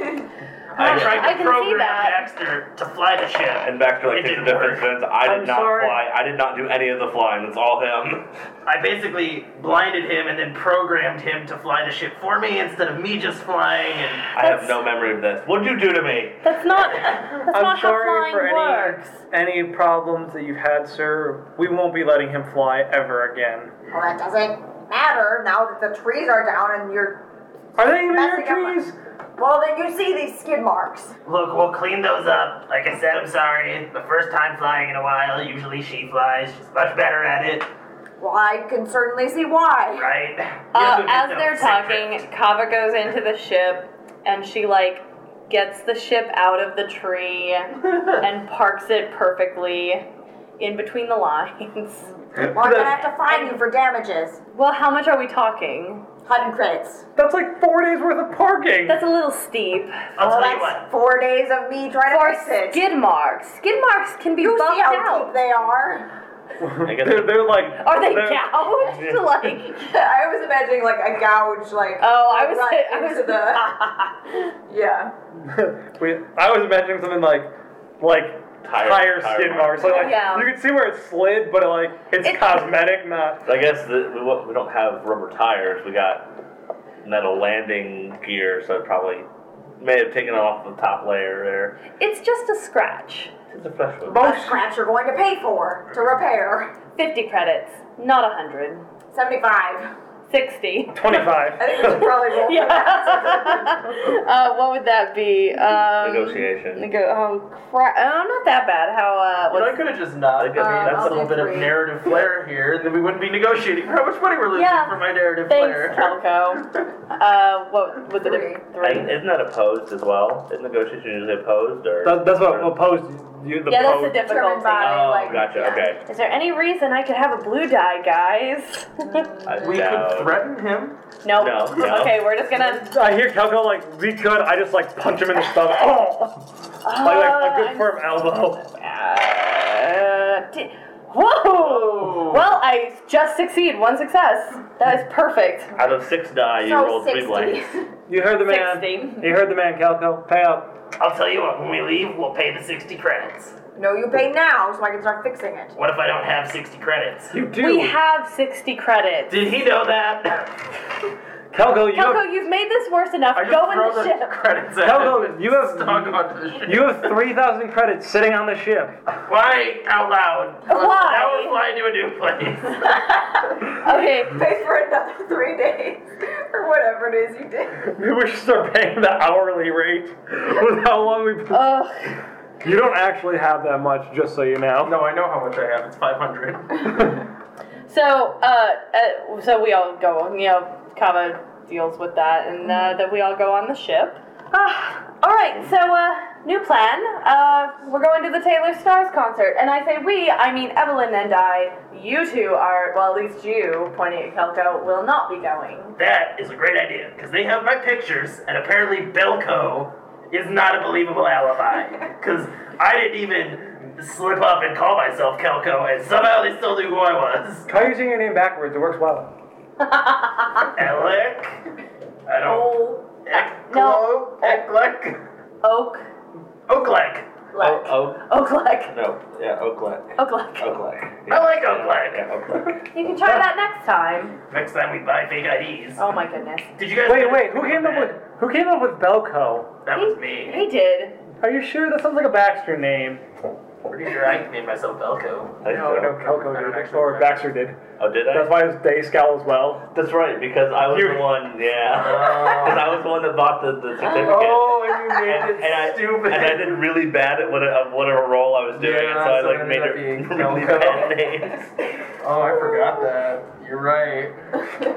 [SPEAKER 4] I tried
[SPEAKER 1] I
[SPEAKER 4] to
[SPEAKER 1] can see
[SPEAKER 4] program
[SPEAKER 1] that.
[SPEAKER 4] Baxter to fly the ship.
[SPEAKER 5] And Baxter
[SPEAKER 4] It
[SPEAKER 5] like takes a
[SPEAKER 4] didn't
[SPEAKER 5] different
[SPEAKER 4] work.
[SPEAKER 5] stance. I did
[SPEAKER 2] I'm
[SPEAKER 5] not
[SPEAKER 2] sorry.
[SPEAKER 5] fly. I did not do any of the flying. That's all him. [laughs]
[SPEAKER 4] I basically blinded him and then programmed him to fly the ship for me instead of me just flying and
[SPEAKER 5] I have
[SPEAKER 1] That's-
[SPEAKER 5] no memory of this. What'd you do to me?
[SPEAKER 1] That's not that's not
[SPEAKER 2] I'm sorry
[SPEAKER 1] how flying
[SPEAKER 2] for any,
[SPEAKER 1] works.
[SPEAKER 2] any problems that you've had, sir. We won't be letting him fly ever again.
[SPEAKER 3] Well, that doesn't matter now that the trees are down and you're.
[SPEAKER 2] Are they even
[SPEAKER 3] Messing
[SPEAKER 2] your
[SPEAKER 3] up my-
[SPEAKER 2] trees?
[SPEAKER 3] Well, then you see these skid marks.
[SPEAKER 8] Look, we'll clean those up. Like I said, I'm sorry. The first time flying in a while. Usually she flies. She's much better at it,
[SPEAKER 3] Well, I can certainly see why.
[SPEAKER 8] right?
[SPEAKER 1] Uh, as they're talking, Kava goes into the ship and she like gets the ship out of the tree and parks it perfectly in between the lines.
[SPEAKER 3] Well,
[SPEAKER 8] [laughs]
[SPEAKER 3] I'm gonna
[SPEAKER 4] [laughs]
[SPEAKER 3] have to fine you for damages.
[SPEAKER 1] Well, how much are we talking?
[SPEAKER 3] Hundred credits.
[SPEAKER 2] That's like four days worth of parking.
[SPEAKER 1] That's a little steep.
[SPEAKER 8] I'll
[SPEAKER 3] Well,
[SPEAKER 8] tell you
[SPEAKER 3] that's
[SPEAKER 8] what.
[SPEAKER 3] four days of me trying
[SPEAKER 1] Or
[SPEAKER 3] to fix it.
[SPEAKER 1] skid marks. Skid marks can be
[SPEAKER 3] You see
[SPEAKER 1] buffed
[SPEAKER 3] how deep
[SPEAKER 1] out.
[SPEAKER 3] they are.
[SPEAKER 5] I
[SPEAKER 1] [laughs]
[SPEAKER 5] guess
[SPEAKER 2] They're, they're like.
[SPEAKER 1] Are they
[SPEAKER 2] they're-
[SPEAKER 1] gouged? like,
[SPEAKER 3] [laughs] I was imagining like a gouge, like
[SPEAKER 1] oh, I
[SPEAKER 3] like,
[SPEAKER 1] was,
[SPEAKER 3] [laughs] right
[SPEAKER 1] I was
[SPEAKER 3] into the [laughs] yeah.
[SPEAKER 2] we, I was imagining something like, like
[SPEAKER 5] Tire-
[SPEAKER 2] tire,
[SPEAKER 5] tire
[SPEAKER 2] skin marks.
[SPEAKER 5] marks.
[SPEAKER 2] So like
[SPEAKER 1] Yeah.
[SPEAKER 2] you can see where it slid, but like it's
[SPEAKER 1] It-
[SPEAKER 2] cosmetic, not.
[SPEAKER 5] I guess the, we, won't- we don't have rubber tires. We got metal landing gear, so it probably may have taken off the top layer there.
[SPEAKER 1] It's just a scratch.
[SPEAKER 5] It's a flesh wound.
[SPEAKER 3] Most scratch you're going to pay for to repair.
[SPEAKER 1] 50 credits, not 100.
[SPEAKER 3] Seventy-five.
[SPEAKER 1] 60.
[SPEAKER 2] 25.
[SPEAKER 3] I think we should [laughs] probably
[SPEAKER 1] [laughs]
[SPEAKER 3] roll
[SPEAKER 1] Yeah.
[SPEAKER 3] for that.
[SPEAKER 1] uh, what would that be? Um,
[SPEAKER 5] Negotiation.
[SPEAKER 1] Nego- oh, crap. Oh, not that bad. How, uh,
[SPEAKER 4] But I
[SPEAKER 1] what's,
[SPEAKER 4] could have just not.
[SPEAKER 5] I guess
[SPEAKER 1] Uh,
[SPEAKER 4] that's
[SPEAKER 3] I'll
[SPEAKER 4] a little
[SPEAKER 3] do
[SPEAKER 4] bit of
[SPEAKER 3] three.
[SPEAKER 4] narrative flair here, and then we wouldn't be negotiating for how much money we're losing
[SPEAKER 1] Yeah.
[SPEAKER 4] for my narrative
[SPEAKER 1] thanks,
[SPEAKER 4] flair.
[SPEAKER 1] Elko. uh, what was
[SPEAKER 3] Three.
[SPEAKER 1] it?
[SPEAKER 5] And
[SPEAKER 1] Three.
[SPEAKER 5] isn't that opposed as well? Isn't negotiation usually opposed? Or
[SPEAKER 2] That, that's what opposed you. The
[SPEAKER 1] Yeah, that's the
[SPEAKER 2] opposed-
[SPEAKER 1] difficulty.
[SPEAKER 3] Determined by
[SPEAKER 5] Oh,
[SPEAKER 3] like
[SPEAKER 5] gotcha.
[SPEAKER 3] yeah.
[SPEAKER 5] Okay.
[SPEAKER 1] Is there any reason I could have a blue die, guys?
[SPEAKER 5] I
[SPEAKER 4] We
[SPEAKER 5] doubt-
[SPEAKER 4] could threaten him.
[SPEAKER 1] no.
[SPEAKER 5] No, no.
[SPEAKER 1] [laughs] Okay, we're just gonna.
[SPEAKER 2] I hear Calco like we could. I just like punch him in the stomach. Oh,
[SPEAKER 1] Uh,
[SPEAKER 2] like, like a good
[SPEAKER 1] I'm-
[SPEAKER 2] firm elbow.
[SPEAKER 1] Uh, di- Whoa!
[SPEAKER 4] Whoa.
[SPEAKER 1] Well, I just succeed. One success. That is perfect.
[SPEAKER 5] Out of six die, you
[SPEAKER 3] So
[SPEAKER 5] rolled three
[SPEAKER 3] 60.
[SPEAKER 5] blanks.
[SPEAKER 2] You heard the man.
[SPEAKER 1] 60.
[SPEAKER 2] You heard the man, Calco. Pay up.
[SPEAKER 8] I'll tell you what, when we leave, we'll pay the 60 credits.
[SPEAKER 3] No, you pay now so I can start fixing it.
[SPEAKER 8] What if I don't have 60 credits?
[SPEAKER 2] You do.
[SPEAKER 1] We have 60 credits.
[SPEAKER 8] Did he know that?
[SPEAKER 2] Calco,
[SPEAKER 5] Oh.
[SPEAKER 2] you
[SPEAKER 1] Kelko,
[SPEAKER 2] have,
[SPEAKER 1] you've made this worse enough.
[SPEAKER 4] I just
[SPEAKER 1] Go in
[SPEAKER 4] throw
[SPEAKER 1] the ship.
[SPEAKER 4] credits at him
[SPEAKER 2] Calco,
[SPEAKER 4] and
[SPEAKER 2] you have
[SPEAKER 4] [laughs] Snog onto the ship.
[SPEAKER 2] you have three thousand credits sitting on the ship.
[SPEAKER 8] Why out loud?
[SPEAKER 1] Why?
[SPEAKER 8] Now we're flying to a new place.
[SPEAKER 1] Okay.
[SPEAKER 3] Pay for another
[SPEAKER 1] [laughs]
[SPEAKER 3] three days or whatever it is you did.
[SPEAKER 2] Maybe we should start paying the hourly rate with how long we've been.
[SPEAKER 1] Ugh.
[SPEAKER 2] You don't actually have that much, just so you know.
[SPEAKER 4] No, I know how much I have. It's 500.
[SPEAKER 1] So, uh, uh, so we all go. You know, Kava deals with that, and uh, that we all go on the ship. Ah, all right. So, uh, new plan. Uh, we're going to the Taylor Stars concert, and I say we. I mean Evelyn and I. You two are. Well, at least you, pointing at Kelko, will not be going.
[SPEAKER 8] [laughs]
[SPEAKER 1] [laughs]
[SPEAKER 8] that is a great idea, because they have my pictures, and apparently Belco is not a
[SPEAKER 1] [laughs]
[SPEAKER 8] believable alibi. Because I didn't even slip up and call myself Kelco, and somehow they still knew who I was.
[SPEAKER 2] Try using your name backwards, it works well.
[SPEAKER 8] Alec? I don't.
[SPEAKER 1] Oh,
[SPEAKER 8] Eklo? Eklek?
[SPEAKER 1] Oak,
[SPEAKER 8] Oaklek.
[SPEAKER 1] Lek,
[SPEAKER 5] Oh,
[SPEAKER 1] Oak, Lek,
[SPEAKER 5] no. Yeah, Oakland.
[SPEAKER 1] Oak, Lek.
[SPEAKER 5] Oakland.
[SPEAKER 8] I like Oaklek.
[SPEAKER 5] Yeah, Oakland.
[SPEAKER 1] You can try that next time.
[SPEAKER 8] Next time we buy fake IDs.
[SPEAKER 1] Oh my goodness.
[SPEAKER 8] Did you guys?
[SPEAKER 2] Wait, wait, who came up with who came up with Belco?
[SPEAKER 8] That was me.
[SPEAKER 1] He did.
[SPEAKER 2] Are you sure that sounds like a Baxter name?
[SPEAKER 8] Pretty sure I named myself Belco.
[SPEAKER 5] I think so.
[SPEAKER 2] Belco did. Or Baxter did.
[SPEAKER 5] Oh, did I?
[SPEAKER 2] That's why his day scowl as well.
[SPEAKER 5] That's right, because I was
[SPEAKER 2] You-
[SPEAKER 5] the one, yeah. [laughs]
[SPEAKER 4] Oh.
[SPEAKER 5] Because I was the one that bought the, the certificate.
[SPEAKER 4] Oh, and you
[SPEAKER 5] and,
[SPEAKER 4] made it
[SPEAKER 5] and I,
[SPEAKER 4] stupid.
[SPEAKER 5] and I did really bad at what a, whatever role I was doing,
[SPEAKER 4] Yeah,
[SPEAKER 5] and so I
[SPEAKER 4] so
[SPEAKER 5] like
[SPEAKER 4] it
[SPEAKER 5] made
[SPEAKER 4] ended
[SPEAKER 5] it [laughs]
[SPEAKER 4] up being
[SPEAKER 5] really
[SPEAKER 4] Delco.
[SPEAKER 5] bad names. [laughs]
[SPEAKER 4] oh, I forgot that. You're right.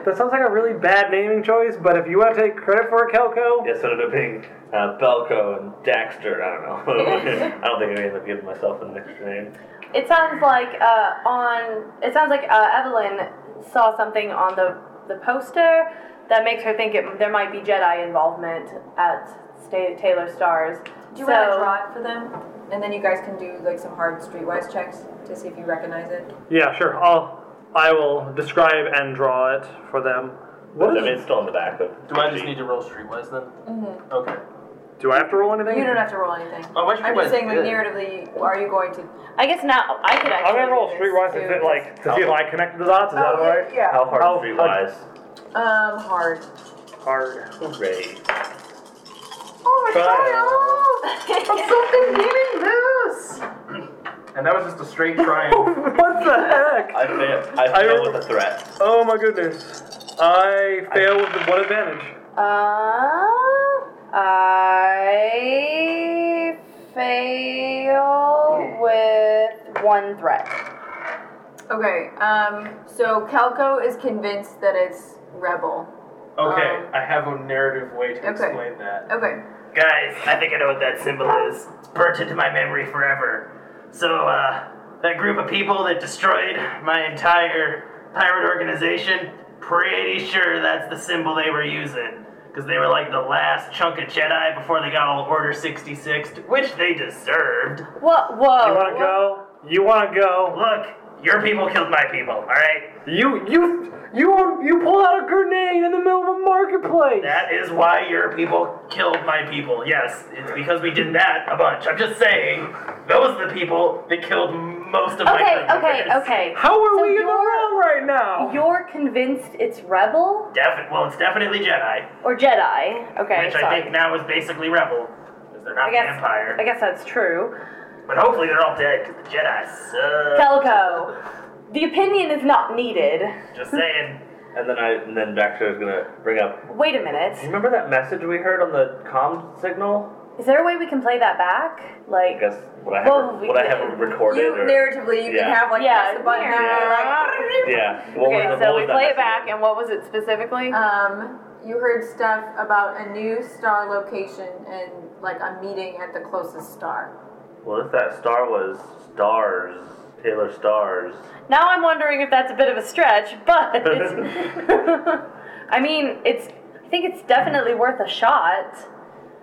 [SPEAKER 2] That sounds like a really bad naming choice, but if you want to take credit for it, Calco,
[SPEAKER 5] Yes, it ended up being uh, Belko and Daxter. I don't know. [laughs] I don't think I ended up giving myself an extra name.
[SPEAKER 1] It sounds like uh, on. It sounds like uh, Evelyn saw something on the the poster that makes her think it, there might be Jedi involvement at Sta Taylor Stars.
[SPEAKER 3] Do you
[SPEAKER 1] so,
[SPEAKER 3] want to draw it for them? And then you guys can do like some hard streetwise checks to see if you recognize it.
[SPEAKER 2] yeah, sure. I'll I will describe and draw it for them.
[SPEAKER 5] I
[SPEAKER 2] What
[SPEAKER 5] mean,
[SPEAKER 2] is,
[SPEAKER 5] it's still in the back of.
[SPEAKER 4] Do I just need to roll streetwise then? Mm-hmm. Okay.
[SPEAKER 2] do I have to roll anything?
[SPEAKER 3] You don't have to roll anything.
[SPEAKER 4] Oh, why
[SPEAKER 3] I'm just
[SPEAKER 4] streetwise?
[SPEAKER 3] saying, like,
[SPEAKER 4] Good.
[SPEAKER 3] narratively, are you going to?
[SPEAKER 1] I guess now I could actually.
[SPEAKER 2] I'm gonna roll
[SPEAKER 1] do this.
[SPEAKER 2] streetwise and fit like to
[SPEAKER 8] Oh.
[SPEAKER 2] see if I connect the dots. Is that
[SPEAKER 3] Oh, yeah,
[SPEAKER 2] alright?
[SPEAKER 3] yeah.
[SPEAKER 5] How hard
[SPEAKER 2] How-
[SPEAKER 5] street wise?
[SPEAKER 3] Um, hard.
[SPEAKER 2] Hard.
[SPEAKER 1] [laughs]
[SPEAKER 5] Hooray.
[SPEAKER 3] Oh
[SPEAKER 4] And that was just a straight triangle.
[SPEAKER 2] [laughs] what the heck?
[SPEAKER 5] I fail, I
[SPEAKER 2] I-
[SPEAKER 5] fail with a threat.
[SPEAKER 2] Oh my goodness. I fail with the- what advantage?
[SPEAKER 1] Uh, I fail with one threat.
[SPEAKER 3] my god! Okay. Um. So Calco is convinced that it's rebel.
[SPEAKER 4] [laughs] okay,
[SPEAKER 3] Um,
[SPEAKER 4] I have a narrative way to
[SPEAKER 3] okay.
[SPEAKER 4] explain that.
[SPEAKER 3] Okay.
[SPEAKER 8] Guys, I think I know what that symbol is. It's burnt into my memory forever. So, uh, that group of people that destroyed my entire pirate organization, pretty sure that's the symbol they were using. Because they were like the last chunk of Jedi before they got all Order 66, which they deserved.
[SPEAKER 1] Oh, What? Whoa!
[SPEAKER 2] You wanna go? You wanna go?
[SPEAKER 8] Look, Your people killed my people, alright?
[SPEAKER 2] You you you you pull out a grenade in the middle of a marketplace.
[SPEAKER 8] That is why your people killed my people. Yes, it's because we did that a bunch. I'm just saying, those are the people that killed most of my
[SPEAKER 1] Okay,
[SPEAKER 8] people.
[SPEAKER 1] okay, okay.
[SPEAKER 2] How are
[SPEAKER 1] So
[SPEAKER 2] we in the
[SPEAKER 1] you're-
[SPEAKER 2] wrong right now?
[SPEAKER 1] You're convinced it's rebel
[SPEAKER 8] Defi- well, it's definitely Jedi,
[SPEAKER 1] or Jedi? Okay,
[SPEAKER 8] which I
[SPEAKER 1] sorry.
[SPEAKER 8] think now is basically Rebel, because they're not
[SPEAKER 1] I guess-
[SPEAKER 8] vampire.
[SPEAKER 1] I guess that's true.
[SPEAKER 8] But hopefully they're all dead, because the Jedi suck.
[SPEAKER 1] Telco, the opinion is not needed.
[SPEAKER 8] Just saying.
[SPEAKER 5] And then I and then Baxter is gonna bring up.
[SPEAKER 1] Wait a
[SPEAKER 5] Do you
[SPEAKER 1] minute.
[SPEAKER 5] remember that message we heard on the comm signal?
[SPEAKER 1] Is there a way we can play that back?
[SPEAKER 5] I
[SPEAKER 1] Like,
[SPEAKER 5] guess what I have
[SPEAKER 1] Well, we
[SPEAKER 5] what I
[SPEAKER 1] could-
[SPEAKER 5] have recorded.
[SPEAKER 3] You
[SPEAKER 5] or,
[SPEAKER 3] narratively, you
[SPEAKER 5] Yeah.
[SPEAKER 3] can have like
[SPEAKER 1] Yeah.
[SPEAKER 3] press the button and you're like.
[SPEAKER 5] yeah.
[SPEAKER 1] okay,
[SPEAKER 5] What was the- what
[SPEAKER 1] so
[SPEAKER 5] was
[SPEAKER 1] we
[SPEAKER 5] that
[SPEAKER 1] play it
[SPEAKER 5] message?
[SPEAKER 1] back, and what was it specifically?
[SPEAKER 3] Um, you heard stuff about a new star location and like a meeting at the closest star.
[SPEAKER 5] Well, if that star was stars, Taylor stars.
[SPEAKER 1] Now I'm wondering if that's a bit of a stretch, but
[SPEAKER 5] [laughs]
[SPEAKER 1] [laughs] I mean, it's. I think it's definitely worth a shot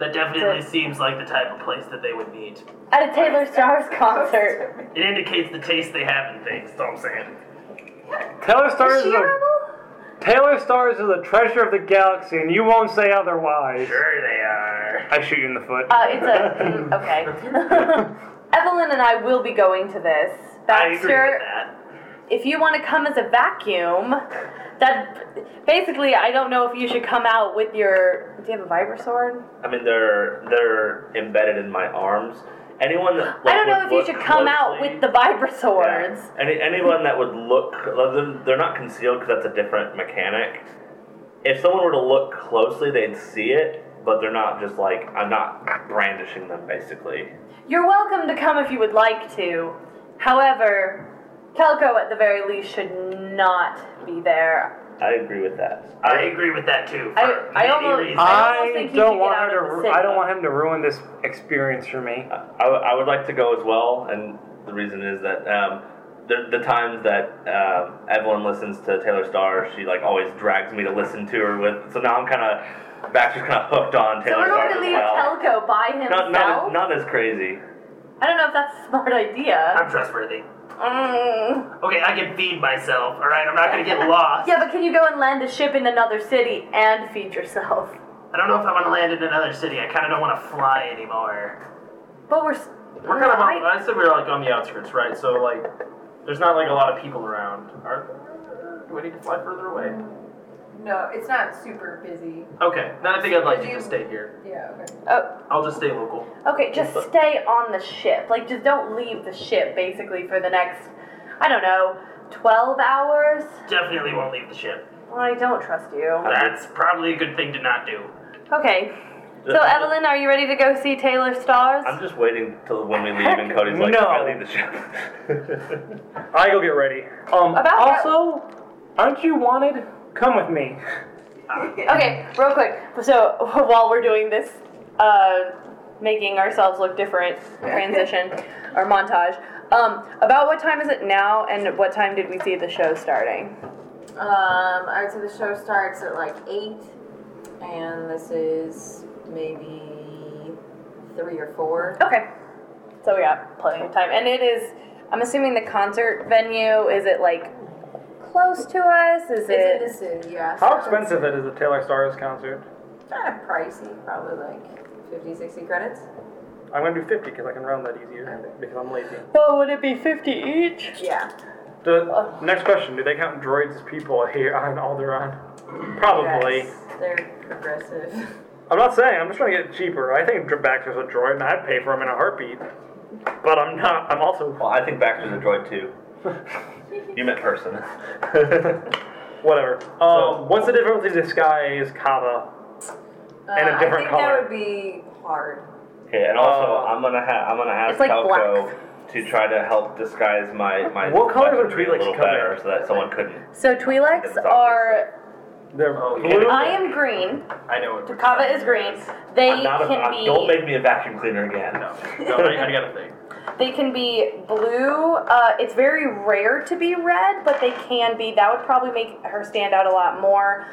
[SPEAKER 8] That definitely
[SPEAKER 1] That's
[SPEAKER 8] seems like the type of place that they would need.
[SPEAKER 1] at a Taylor [laughs] Stars concert.
[SPEAKER 8] It indicates the taste they have in things, that's all I'm saying.
[SPEAKER 2] Taylor Stars
[SPEAKER 1] Is she
[SPEAKER 2] is
[SPEAKER 1] a
[SPEAKER 2] a
[SPEAKER 1] rebel?
[SPEAKER 2] Taylor Stars is a treasure of the galaxy, and you won't say otherwise.
[SPEAKER 8] Sure they uh, are.
[SPEAKER 2] I shoot you in the foot.
[SPEAKER 1] Uh, it's a
[SPEAKER 8] [laughs]
[SPEAKER 1] mm, okay. [laughs] Evelyn and I will be going to this.
[SPEAKER 8] I agree with
[SPEAKER 1] Baxter,
[SPEAKER 8] that.
[SPEAKER 1] if you want to come as a vacuum, that basically I don't know if you should come out with your. Do you have a vibra sword?
[SPEAKER 5] I mean, they're they're embedded in my arms. Anyone that like,
[SPEAKER 1] I don't know
[SPEAKER 5] would
[SPEAKER 1] if you
[SPEAKER 5] look
[SPEAKER 1] should come out
[SPEAKER 5] closely-
[SPEAKER 1] with the vibra swords.
[SPEAKER 5] Yeah. Any anyone that would look, they're- they're not concealed because that's a different mechanic. If someone were to look closely, they'd see it, but they're not just like I'm not brandishing them basically.
[SPEAKER 1] You're welcome to come if you would like to. However, Kelko at the very least should not be there.
[SPEAKER 5] I agree with that.
[SPEAKER 8] I agree with that too. For
[SPEAKER 1] I- I
[SPEAKER 8] many
[SPEAKER 1] almost-
[SPEAKER 8] reasons.
[SPEAKER 1] I almost
[SPEAKER 2] I
[SPEAKER 1] think he should
[SPEAKER 2] don't
[SPEAKER 1] get
[SPEAKER 2] want
[SPEAKER 1] out
[SPEAKER 2] her to.
[SPEAKER 1] of the
[SPEAKER 2] ru-
[SPEAKER 1] cinema.
[SPEAKER 2] I don't want him to ruin this experience for me.
[SPEAKER 5] I, I would like to go as well, and the reason is that um, the, the times that um, Evelyn listens to Taylor Starr, she like always drags me to listen to her with. So now I'm kind of back, just kind of hooked on
[SPEAKER 1] So we're
[SPEAKER 5] Taylor
[SPEAKER 1] going
[SPEAKER 5] Starr
[SPEAKER 1] to
[SPEAKER 5] as
[SPEAKER 1] leave
[SPEAKER 5] well.
[SPEAKER 1] Kelko by
[SPEAKER 5] Not,
[SPEAKER 1] himself.
[SPEAKER 5] not, not as crazy.
[SPEAKER 1] I don't know if that's a smart idea.
[SPEAKER 8] I'm trustworthy.
[SPEAKER 1] Mm.
[SPEAKER 8] Okay, I can feed myself, alright? I'm not gonna get lost.
[SPEAKER 1] Yeah, but can you go and land a ship in another city and feed yourself?
[SPEAKER 8] I don't know if I want to land in another city. I kind of don't want to fly anymore.
[SPEAKER 1] But we're. s-
[SPEAKER 4] We're kind of. On,
[SPEAKER 1] I-
[SPEAKER 4] I said we were like on the outskirts, right? So like, there's not like a lot of people around. Are do we need to fly further away?
[SPEAKER 3] No, it's not super busy.
[SPEAKER 4] Okay, then I think I'd like to just stay here.
[SPEAKER 3] Yeah. Okay.
[SPEAKER 1] Oh,
[SPEAKER 4] I'll just stay local.
[SPEAKER 1] okay, just stay on the ship. Like, just don't leave the ship, basically, for the next, I don't know, 12 hours?
[SPEAKER 8] Definitely won't leave the ship.
[SPEAKER 1] I don't trust you.
[SPEAKER 8] That's probably a good thing to not do.
[SPEAKER 1] Okay.
[SPEAKER 8] [laughs]
[SPEAKER 1] So, Evelyn, are you ready to go see Taylor Stars?
[SPEAKER 5] I'm just waiting till when we leave, and Cody's like,
[SPEAKER 2] No.
[SPEAKER 5] I leave the ship.
[SPEAKER 2] I go get ready. Um.
[SPEAKER 1] About-
[SPEAKER 2] also, aren't you wanted? Come with me.
[SPEAKER 1] Okay, real quick. So, [laughs] while we're doing this, uh, making ourselves look different
[SPEAKER 3] [laughs]
[SPEAKER 1] transition or montage, um, about what time is it now and what time did we see the show starting?
[SPEAKER 3] Um, I would say the show starts at like eight, and this is maybe three or four.
[SPEAKER 1] Okay. So, we got plenty of time. And it is, I'm assuming the concert venue, is it like close to us? Is it.
[SPEAKER 3] It's in the city, yeah.
[SPEAKER 2] How expensive it is a Taylor Stars concert?
[SPEAKER 3] Kind of pricey, probably like 50, 60 credits.
[SPEAKER 2] I'm gonna do 50 because I can round that easier because I'm lazy.
[SPEAKER 1] Well, would it be 50 each?
[SPEAKER 3] Yeah.
[SPEAKER 2] The
[SPEAKER 1] Uh,
[SPEAKER 2] next question: Do they count droids as people here on Alderaan? Probably.
[SPEAKER 3] Yes, they're progressive.
[SPEAKER 2] I'm not saying. I'm just trying to get it cheaper. I think Dr- Baxter's a droid, and I'd pay for him in a heartbeat. But I'm not. I'm [laughs] also
[SPEAKER 5] [laughs] well, I think Baxter's a droid too. [laughs] you meant person.
[SPEAKER 2] whatever. Um, what's the difference between disguise, Kava?
[SPEAKER 3] Uh,
[SPEAKER 2] And a different
[SPEAKER 3] I think
[SPEAKER 2] color.
[SPEAKER 3] that would be hard.
[SPEAKER 5] okay, and also
[SPEAKER 2] Uh,
[SPEAKER 5] I'm gonna ha- I'm gonna ask
[SPEAKER 1] It's like
[SPEAKER 5] Calco to try to help disguise my my
[SPEAKER 2] What colors are
[SPEAKER 5] weaponry a
[SPEAKER 2] Twi'lek's
[SPEAKER 5] little
[SPEAKER 2] coat?
[SPEAKER 5] better so that someone couldn't.
[SPEAKER 1] So, Twi'leks are.
[SPEAKER 2] They're
[SPEAKER 4] Oh, yeah.
[SPEAKER 2] blue.
[SPEAKER 1] I am green.
[SPEAKER 4] I know what. we're
[SPEAKER 1] Kava
[SPEAKER 4] doing.
[SPEAKER 1] is green. They
[SPEAKER 5] I'm not a,
[SPEAKER 1] can
[SPEAKER 5] I'm-
[SPEAKER 1] be.
[SPEAKER 5] Don't make me a vacuum cleaner again.
[SPEAKER 4] No, no, I, I got a thing.
[SPEAKER 1] They can be blue. Uh, it's very rare to be red, but they can be. That would probably make her stand out a lot more.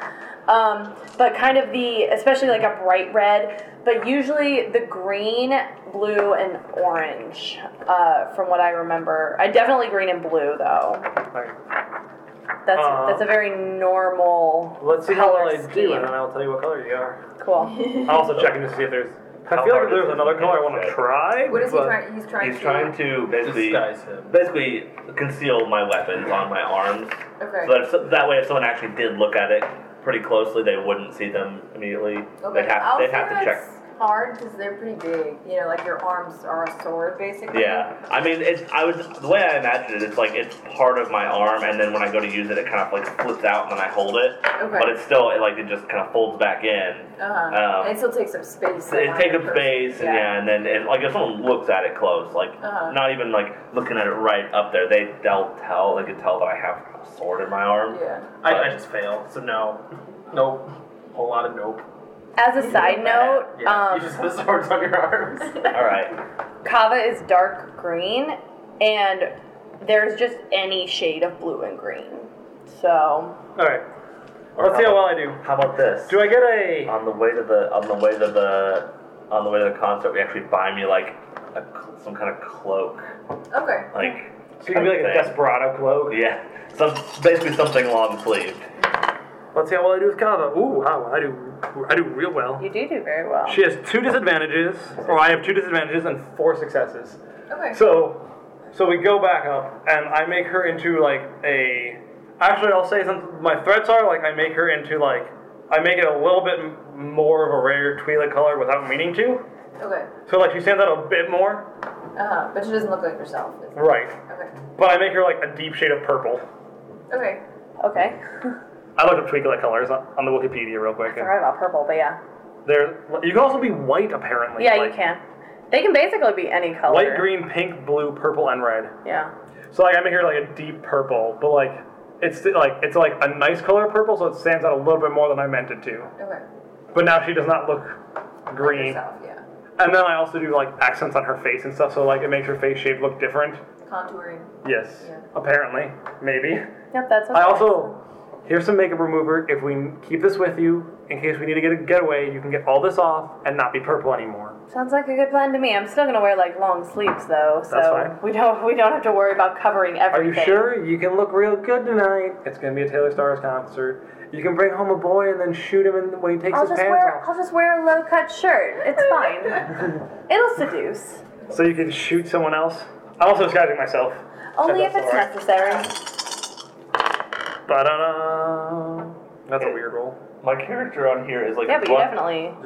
[SPEAKER 1] Um, but kind of the, especially like a bright red, but usually the green, blue, and orange, uh, from what I remember. I definitely green and blue though. That's
[SPEAKER 2] Uh,
[SPEAKER 1] that's a very normal
[SPEAKER 2] Let's see how
[SPEAKER 1] color
[SPEAKER 2] well I do,
[SPEAKER 1] scheme.
[SPEAKER 2] and then I'll tell you what color you are.
[SPEAKER 1] Cool.
[SPEAKER 2] I'm also checking to see if there's. I
[SPEAKER 5] How
[SPEAKER 2] feel like
[SPEAKER 5] hard
[SPEAKER 2] if
[SPEAKER 5] is
[SPEAKER 2] there's
[SPEAKER 5] it?
[SPEAKER 2] another color I want to
[SPEAKER 5] Okay.
[SPEAKER 2] try.
[SPEAKER 3] What is he
[SPEAKER 2] but-
[SPEAKER 3] trying? He's trying
[SPEAKER 5] He's
[SPEAKER 3] to.
[SPEAKER 5] trying to basically
[SPEAKER 4] Disguise him.
[SPEAKER 5] basically conceal my weapons on my arms, so
[SPEAKER 3] Okay.
[SPEAKER 5] that, if, so- that way if someone actually did look at it pretty closely, they wouldn't see them immediately.
[SPEAKER 3] Okay.
[SPEAKER 5] They'd have they'd have to check.
[SPEAKER 3] Outfits hard because they're pretty big. You know, like your arms are a sword, basically.
[SPEAKER 5] Yeah, I mean, it's I was the way I imagined it. It's like it's part of my arm, and then when I go to use it, it kind of like flips out, and then I hold it,
[SPEAKER 3] Okay.
[SPEAKER 5] but it's still it like it just kind of folds back in.
[SPEAKER 3] uh-huh.
[SPEAKER 5] Um,
[SPEAKER 3] and it still takes up space.
[SPEAKER 5] So it
[SPEAKER 3] around
[SPEAKER 5] takes
[SPEAKER 3] the
[SPEAKER 5] up
[SPEAKER 3] person.
[SPEAKER 5] space, and yeah, and then it, like if someone looks at it close, like
[SPEAKER 3] Uh-huh.
[SPEAKER 5] not even like looking at it right up there, they they'll tell they could tell that I have a sword in my arm.
[SPEAKER 3] Yeah.
[SPEAKER 4] I, I just fail, so no. Nope. Whole lot of nope.
[SPEAKER 1] As a side note,
[SPEAKER 4] Yeah,
[SPEAKER 1] um,
[SPEAKER 4] you just have swords on your
[SPEAKER 1] [laughs]
[SPEAKER 4] arms.
[SPEAKER 5] All right,
[SPEAKER 1] Kava is dark green, and there's just any shade of blue and green. So
[SPEAKER 2] All right. Let's see how well I do.
[SPEAKER 5] how about this?
[SPEAKER 2] Do I get a?
[SPEAKER 5] on the way to the on the way to the on the way to the concert, we actually buy me like a, cl- some kind of cloak,
[SPEAKER 3] Okay.
[SPEAKER 5] like
[SPEAKER 2] So you can be like a desperado cloak.
[SPEAKER 5] yeah, some basically something long sleeved.
[SPEAKER 2] Let's see how well I do with Kava. Ooh, wow, I do, I do real well.
[SPEAKER 1] you do do very well.
[SPEAKER 2] She has two disadvantages, or I have two disadvantages and four successes.
[SPEAKER 3] Okay.
[SPEAKER 2] So, so we go back up, and I make her into like a. Actually, I'll say since my threats are like I make her into like I make it a little bit m- more of a rare Twi'lek color without meaning to.
[SPEAKER 3] okay.
[SPEAKER 2] So like she stands out a bit more,
[SPEAKER 3] Uh huh. But she doesn't look like herself. is it?
[SPEAKER 2] right?
[SPEAKER 3] Okay.
[SPEAKER 2] But I make her like a deep shade of purple.
[SPEAKER 3] Okay.
[SPEAKER 1] Okay.
[SPEAKER 2] I looked up Twi'lek colors on, on the Wikipedia real quick.
[SPEAKER 1] I forgot about purple, but yeah,
[SPEAKER 2] There, you can also be white apparently.
[SPEAKER 1] yeah,
[SPEAKER 2] like,
[SPEAKER 1] you can. They can basically be any color.
[SPEAKER 2] White, green, pink, blue, purple, and red.
[SPEAKER 1] Yeah.
[SPEAKER 2] So like I make her like a deep purple, but like it's th- like it's like a nice color purple, so it stands out a little bit more than I meant it to.
[SPEAKER 3] Okay.
[SPEAKER 2] But now she does not look green.
[SPEAKER 3] Herself. Yeah.
[SPEAKER 2] And then I also do like accents on her face and stuff, so like it makes her face shape look different.
[SPEAKER 3] Contouring.
[SPEAKER 2] Yes,
[SPEAKER 3] Yeah.
[SPEAKER 2] apparently, maybe.
[SPEAKER 1] Yep, that's. Okay.
[SPEAKER 2] I also here's some makeup remover. If we keep this with you, in case we need to get a getaway, you can get all this off and not be purple anymore.
[SPEAKER 1] sounds like a good plan to me. I'm still gonna wear like long sleeves though, so
[SPEAKER 2] fine.
[SPEAKER 1] we don't we don't have to worry about covering
[SPEAKER 2] Are you
[SPEAKER 1] everything.
[SPEAKER 2] sure? You can look real good tonight. It's gonna be a Taylor Stars concert. You can bring home a boy and then shoot him in, when he takes
[SPEAKER 1] I'll
[SPEAKER 2] his
[SPEAKER 1] just
[SPEAKER 2] pants
[SPEAKER 1] wear
[SPEAKER 2] off.
[SPEAKER 1] I'll just wear a low cut shirt.
[SPEAKER 5] [laughs]
[SPEAKER 1] It's fine. It'll seduce.
[SPEAKER 2] So you can shoot someone else. I'm also disguising myself.
[SPEAKER 1] Only if
[SPEAKER 2] that's
[SPEAKER 1] it's
[SPEAKER 2] alright.
[SPEAKER 1] necessary.
[SPEAKER 2] Ba-da-da. That's a weird roll.
[SPEAKER 5] My character on here is like
[SPEAKER 1] Yeah, but you
[SPEAKER 5] one-
[SPEAKER 1] definitely.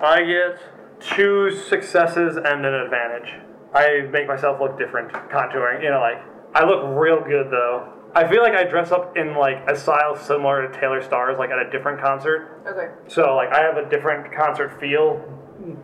[SPEAKER 2] I get two successes and an advantage. I make myself look different, contouring. You know, like I look real good though. I feel like I dress up in like a style similar to Taylor Stars, like at a different concert.
[SPEAKER 3] Okay.
[SPEAKER 2] So like I have a different concert feel,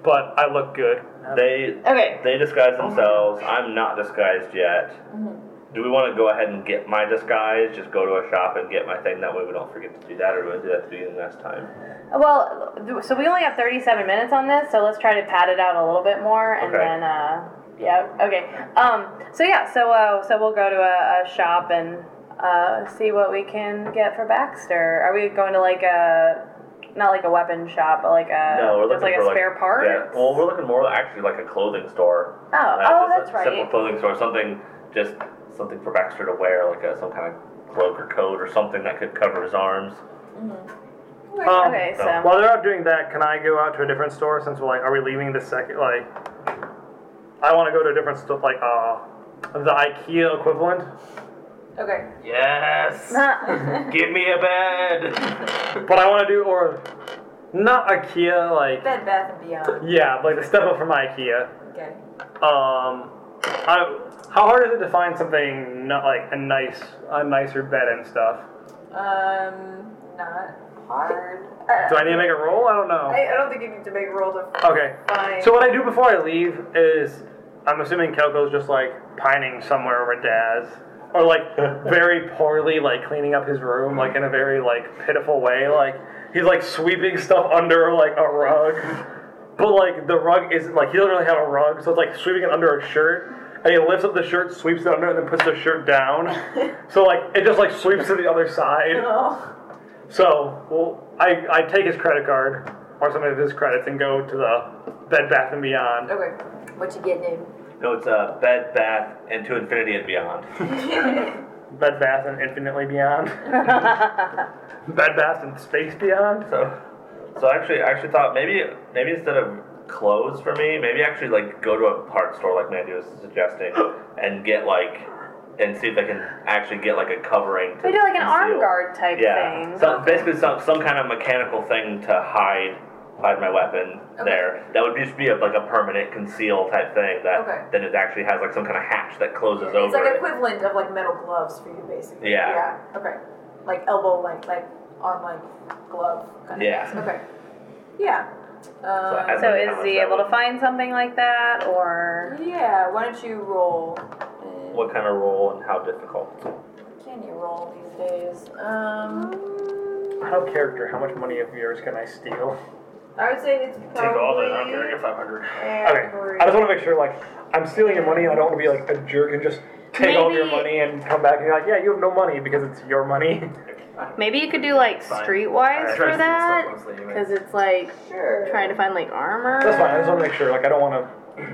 [SPEAKER 2] but I look good.
[SPEAKER 5] They
[SPEAKER 1] Okay.
[SPEAKER 5] they disguise themselves. I'm not disguised yet.
[SPEAKER 1] Mm-hmm.
[SPEAKER 5] Do we want to go ahead and get my disguise? Just go to a shop and get my thing. That way we don't forget to do that, or do we do that at the beginning last time?
[SPEAKER 1] Well, th- so we only have 37 minutes on this, so let's try to pad it out a little bit more, and
[SPEAKER 5] Okay.
[SPEAKER 1] then, uh, yeah, okay. Um, so yeah, so uh, so we'll go to a, a shop and uh, see what we can get for Baxter. Are we going to like a, not like a weapon shop, but like a,
[SPEAKER 5] no, we're
[SPEAKER 1] that's
[SPEAKER 5] looking
[SPEAKER 1] Uh, like
[SPEAKER 5] for
[SPEAKER 1] a spare part?
[SPEAKER 5] Yeah. Well, we're looking more actually like a clothing store.
[SPEAKER 1] Oh,
[SPEAKER 5] Uh,
[SPEAKER 1] oh,
[SPEAKER 5] just a
[SPEAKER 1] that's right.
[SPEAKER 5] Simple clothing store, something just something for Baxter to wear, like a, some kind of cloak or coat or something that could cover his arms.
[SPEAKER 2] Um,
[SPEAKER 1] okay, so.
[SPEAKER 5] no.
[SPEAKER 2] While they're out doing that, can I go out to a different store since we're like, are we leaving the second? Like, I want to go to a different store, like uh, the IKEA equivalent.
[SPEAKER 3] Okay.
[SPEAKER 1] [laughs]
[SPEAKER 4] yes. Give me a bed.
[SPEAKER 2] But I want to do or not IKEA, like
[SPEAKER 3] Bed Bath and Beyond.
[SPEAKER 2] yeah, like the step up from IKEA.
[SPEAKER 3] Okay.
[SPEAKER 2] Um, I, how hard is it to find something not like a nice, a nicer bed and stuff?
[SPEAKER 3] Um, not hard. Uh,
[SPEAKER 2] Do I need to make a roll? I don't know.
[SPEAKER 3] I, I don't think you need to make a roll to
[SPEAKER 2] Okay.
[SPEAKER 3] find.
[SPEAKER 2] So what I do before I leave is, I'm assuming Kelko's just like pining somewhere over Daz, or like very poorly like cleaning up his room, like in a very like pitiful way. Like he's like sweeping stuff under like a rug, but like the rug isn't like he doesn't really have a rug, so it's like sweeping it under a shirt. and he lifts up the shirt, sweeps it under, and then puts the shirt down. so like it just like sweeps to the other side.
[SPEAKER 3] Oh.
[SPEAKER 2] So well, I I take his credit card or some of his credits and go to the Bed Bath and Beyond.
[SPEAKER 3] Okay. What you getting him?
[SPEAKER 5] No, it's uh, Bed Bath and to infinity and beyond. [laughs]
[SPEAKER 2] Bed Bath and Infinitely Beyond. Bed Bath and Space Beyond.
[SPEAKER 5] So, so actually, I actually thought maybe maybe instead of clothes for me, maybe actually like go to a part store like Mandy was suggesting and get like and see if I can actually get like a covering. To
[SPEAKER 1] They do like an arm
[SPEAKER 5] conceal.
[SPEAKER 1] guard type
[SPEAKER 5] Yeah.
[SPEAKER 1] thing.
[SPEAKER 5] So basically, some some kind of mechanical thing to hide hide my weapon there. That would just be a, like a permanent conceal type thing. That
[SPEAKER 3] Okay.
[SPEAKER 5] then it actually has like some kind of hatch that closes over.
[SPEAKER 3] It's like
[SPEAKER 5] it.
[SPEAKER 3] equivalent of like metal gloves for you, basically.
[SPEAKER 5] Yeah.
[SPEAKER 3] Yeah. Okay. Like elbow length, like arm length glove. Kind
[SPEAKER 5] Yeah.
[SPEAKER 3] Of thing. okay. Yeah.
[SPEAKER 5] I
[SPEAKER 3] Um,
[SPEAKER 5] don't
[SPEAKER 1] So
[SPEAKER 5] know
[SPEAKER 1] is
[SPEAKER 5] how much
[SPEAKER 1] he
[SPEAKER 5] that
[SPEAKER 1] able to
[SPEAKER 5] would-
[SPEAKER 1] find something like that, or
[SPEAKER 3] yeah. Why don't you roll? And
[SPEAKER 5] What kind of roll and how difficult?
[SPEAKER 3] can you roll these days? Um,
[SPEAKER 2] How character? How much money of yours can I steal?
[SPEAKER 3] I would say it's probably.
[SPEAKER 4] Take all that. I don't care. You're 500.
[SPEAKER 2] Okay. I just want to make sure, like, I'm stealing your money. I don't want to be like a jerk and just take all of your
[SPEAKER 1] Maybe-
[SPEAKER 2] money and come back and be like, yeah, you have no money because it's your money. [laughs]
[SPEAKER 1] maybe you could do like
[SPEAKER 4] Fine.
[SPEAKER 1] streetwise for
[SPEAKER 4] I try to steal stuff
[SPEAKER 1] that?
[SPEAKER 4] mostly anyway.
[SPEAKER 1] Because it's like
[SPEAKER 3] Sure.
[SPEAKER 1] trying to find like armor.
[SPEAKER 2] That's fine. I just want to make sure. Like, I don't want to.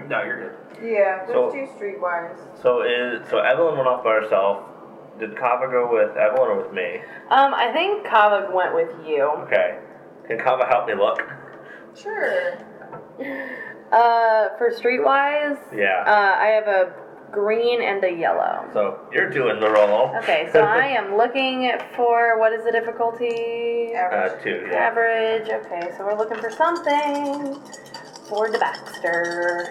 [SPEAKER 4] No, you're good.
[SPEAKER 3] Yeah. There's
[SPEAKER 5] So-
[SPEAKER 3] two streetwise.
[SPEAKER 5] So is so Evelyn went off by herself. Did Kava go with Evelyn or with me?
[SPEAKER 1] Um, I think Kava went with you.
[SPEAKER 5] Okay. Can Kava help me look?
[SPEAKER 3] Sure.
[SPEAKER 1] Uh, for streetwise, uh,
[SPEAKER 5] Yeah.
[SPEAKER 1] I have a green and a yellow.
[SPEAKER 5] so you're doing the roll.
[SPEAKER 1] Okay,
[SPEAKER 5] [laughs]
[SPEAKER 1] so I am looking for what is the difficulty?
[SPEAKER 5] Uh, two. Yeah.
[SPEAKER 1] Average. Okay, so we're looking for something for the Baxter.